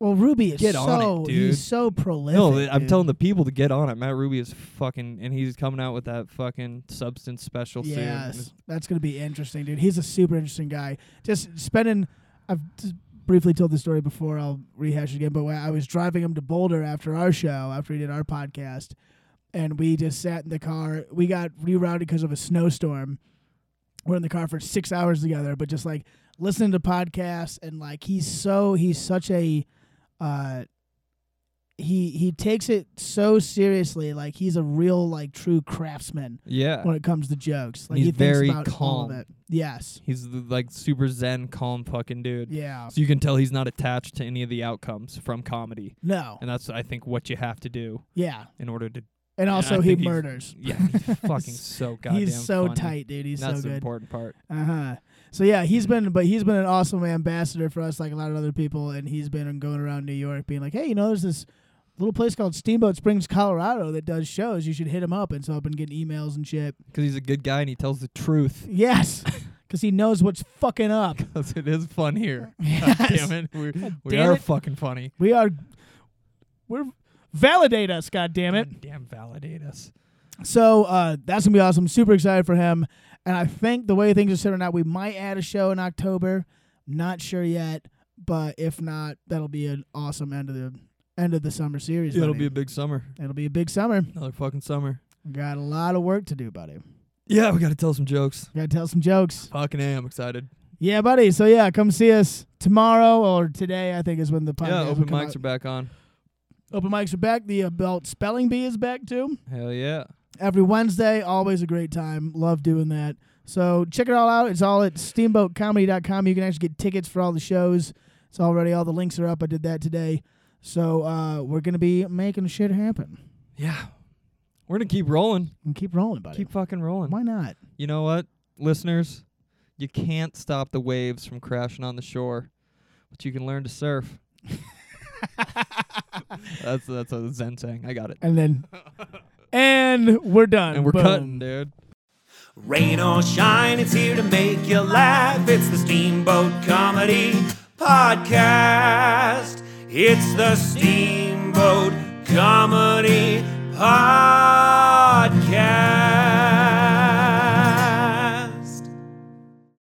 S3: Well, Ruby is
S2: Get
S3: so
S2: on it, dude.
S3: he's so prolific.
S2: no, th- I'm
S3: dude.
S2: telling the people to get on it. Matt Ruby is fucking, and he's coming out with that fucking substance special soon. And
S3: Yes,
S2: it's-
S3: that's gonna be interesting, dude. He's a super interesting guy. Just spending, I've just briefly told the story before. I'll rehash it again. But when I was driving him to Boulder after our show, after we did our podcast, and we just sat in the car. We got rerouted because of a snowstorm. We're in the car for six hours together, but just like listening to podcasts and like he's so he's such a. uh he he takes it so seriously like he's a real like true craftsman
S2: Yeah,
S3: when it comes to jokes. Like
S2: He's
S3: he thinks
S2: very
S3: about all of
S2: calm.
S3: it. Yes.
S2: he's the, like super zen, calm fucking dude.
S3: Yeah.
S2: So you can tell he's not attached to any of the outcomes from comedy,
S3: No.
S2: and that's I think what you have to do
S3: Yeah.
S2: in order to.
S3: And
S2: I
S3: also he
S2: think he's
S3: murders.
S2: Yeah,
S3: <laughs>
S2: he's fucking so goddamn.
S3: he's so
S2: funny.
S3: tight, dude. He's
S2: that's Mm-hmm.
S3: so
S2: the
S3: good.
S2: important part.
S3: Uh huh. So yeah, he's been, but he's been an awesome ambassador for us, like a lot of other people, and he's been going around New York, being like, hey, you know, there's this little place called Steamboat Springs, Colorado, that does shows. You should hit him up. And so I've been getting emails and shit.
S2: Because he's a good guy and he tells the truth. <laughs>
S3: Yes, because he knows what's fucking up.
S2: 'Cause it is fun here.
S3: <laughs> Yes.
S2: God damn it, we're, we
S3: damn
S2: are
S3: it.
S2: fucking funny.
S3: We are, we're validate us, God damn it.
S2: God damn, validate us.
S3: So uh, that's gonna be awesome. Super excited for him. And I think the way things are set right now, we might add a show in October. Not sure yet, but if not, that'll be an awesome end of the end of the summer series.
S2: It'll be
S3: buddy.
S2: a big summer.
S3: it'll be a big summer.
S2: Another fucking summer.
S3: Got a lot of work to do, buddy.
S2: Yeah, we got to tell some jokes.
S3: Got to tell some jokes.
S2: Fucking A, I'm excited.
S3: Yeah, buddy. So yeah, come see us tomorrow or today. I think is when the podcast
S2: yeah,
S3: will
S2: open
S3: come
S2: mics
S3: out.
S2: are back on.
S3: open mics are back. The adult spelling bee is back too.
S2: Hell yeah.
S3: every Wednesday. Always a great time. Love doing that. So check it all out. It's all at steamboatcomedy.com. You can actually get tickets for all the shows. It's already all the links are up. I did that today. So uh, we're gonna be making shit happen.
S2: Yeah. We're gonna keep rolling.
S3: And keep rolling, buddy.
S2: Keep fucking rolling.
S3: Why not?
S2: You know what, listeners? You can't stop the waves from crashing on the shore, but you can learn to <laughs> surf. That's that's a Zen saying. I got it.
S3: And then, <laughs> and we're done.
S2: And we're
S3: Boom.
S2: cutting, dude.
S1: Rain or shine, it's here to make you laugh. It's the Steamboat Comedy Podcast. It's the Steamboat Comedy Podcast.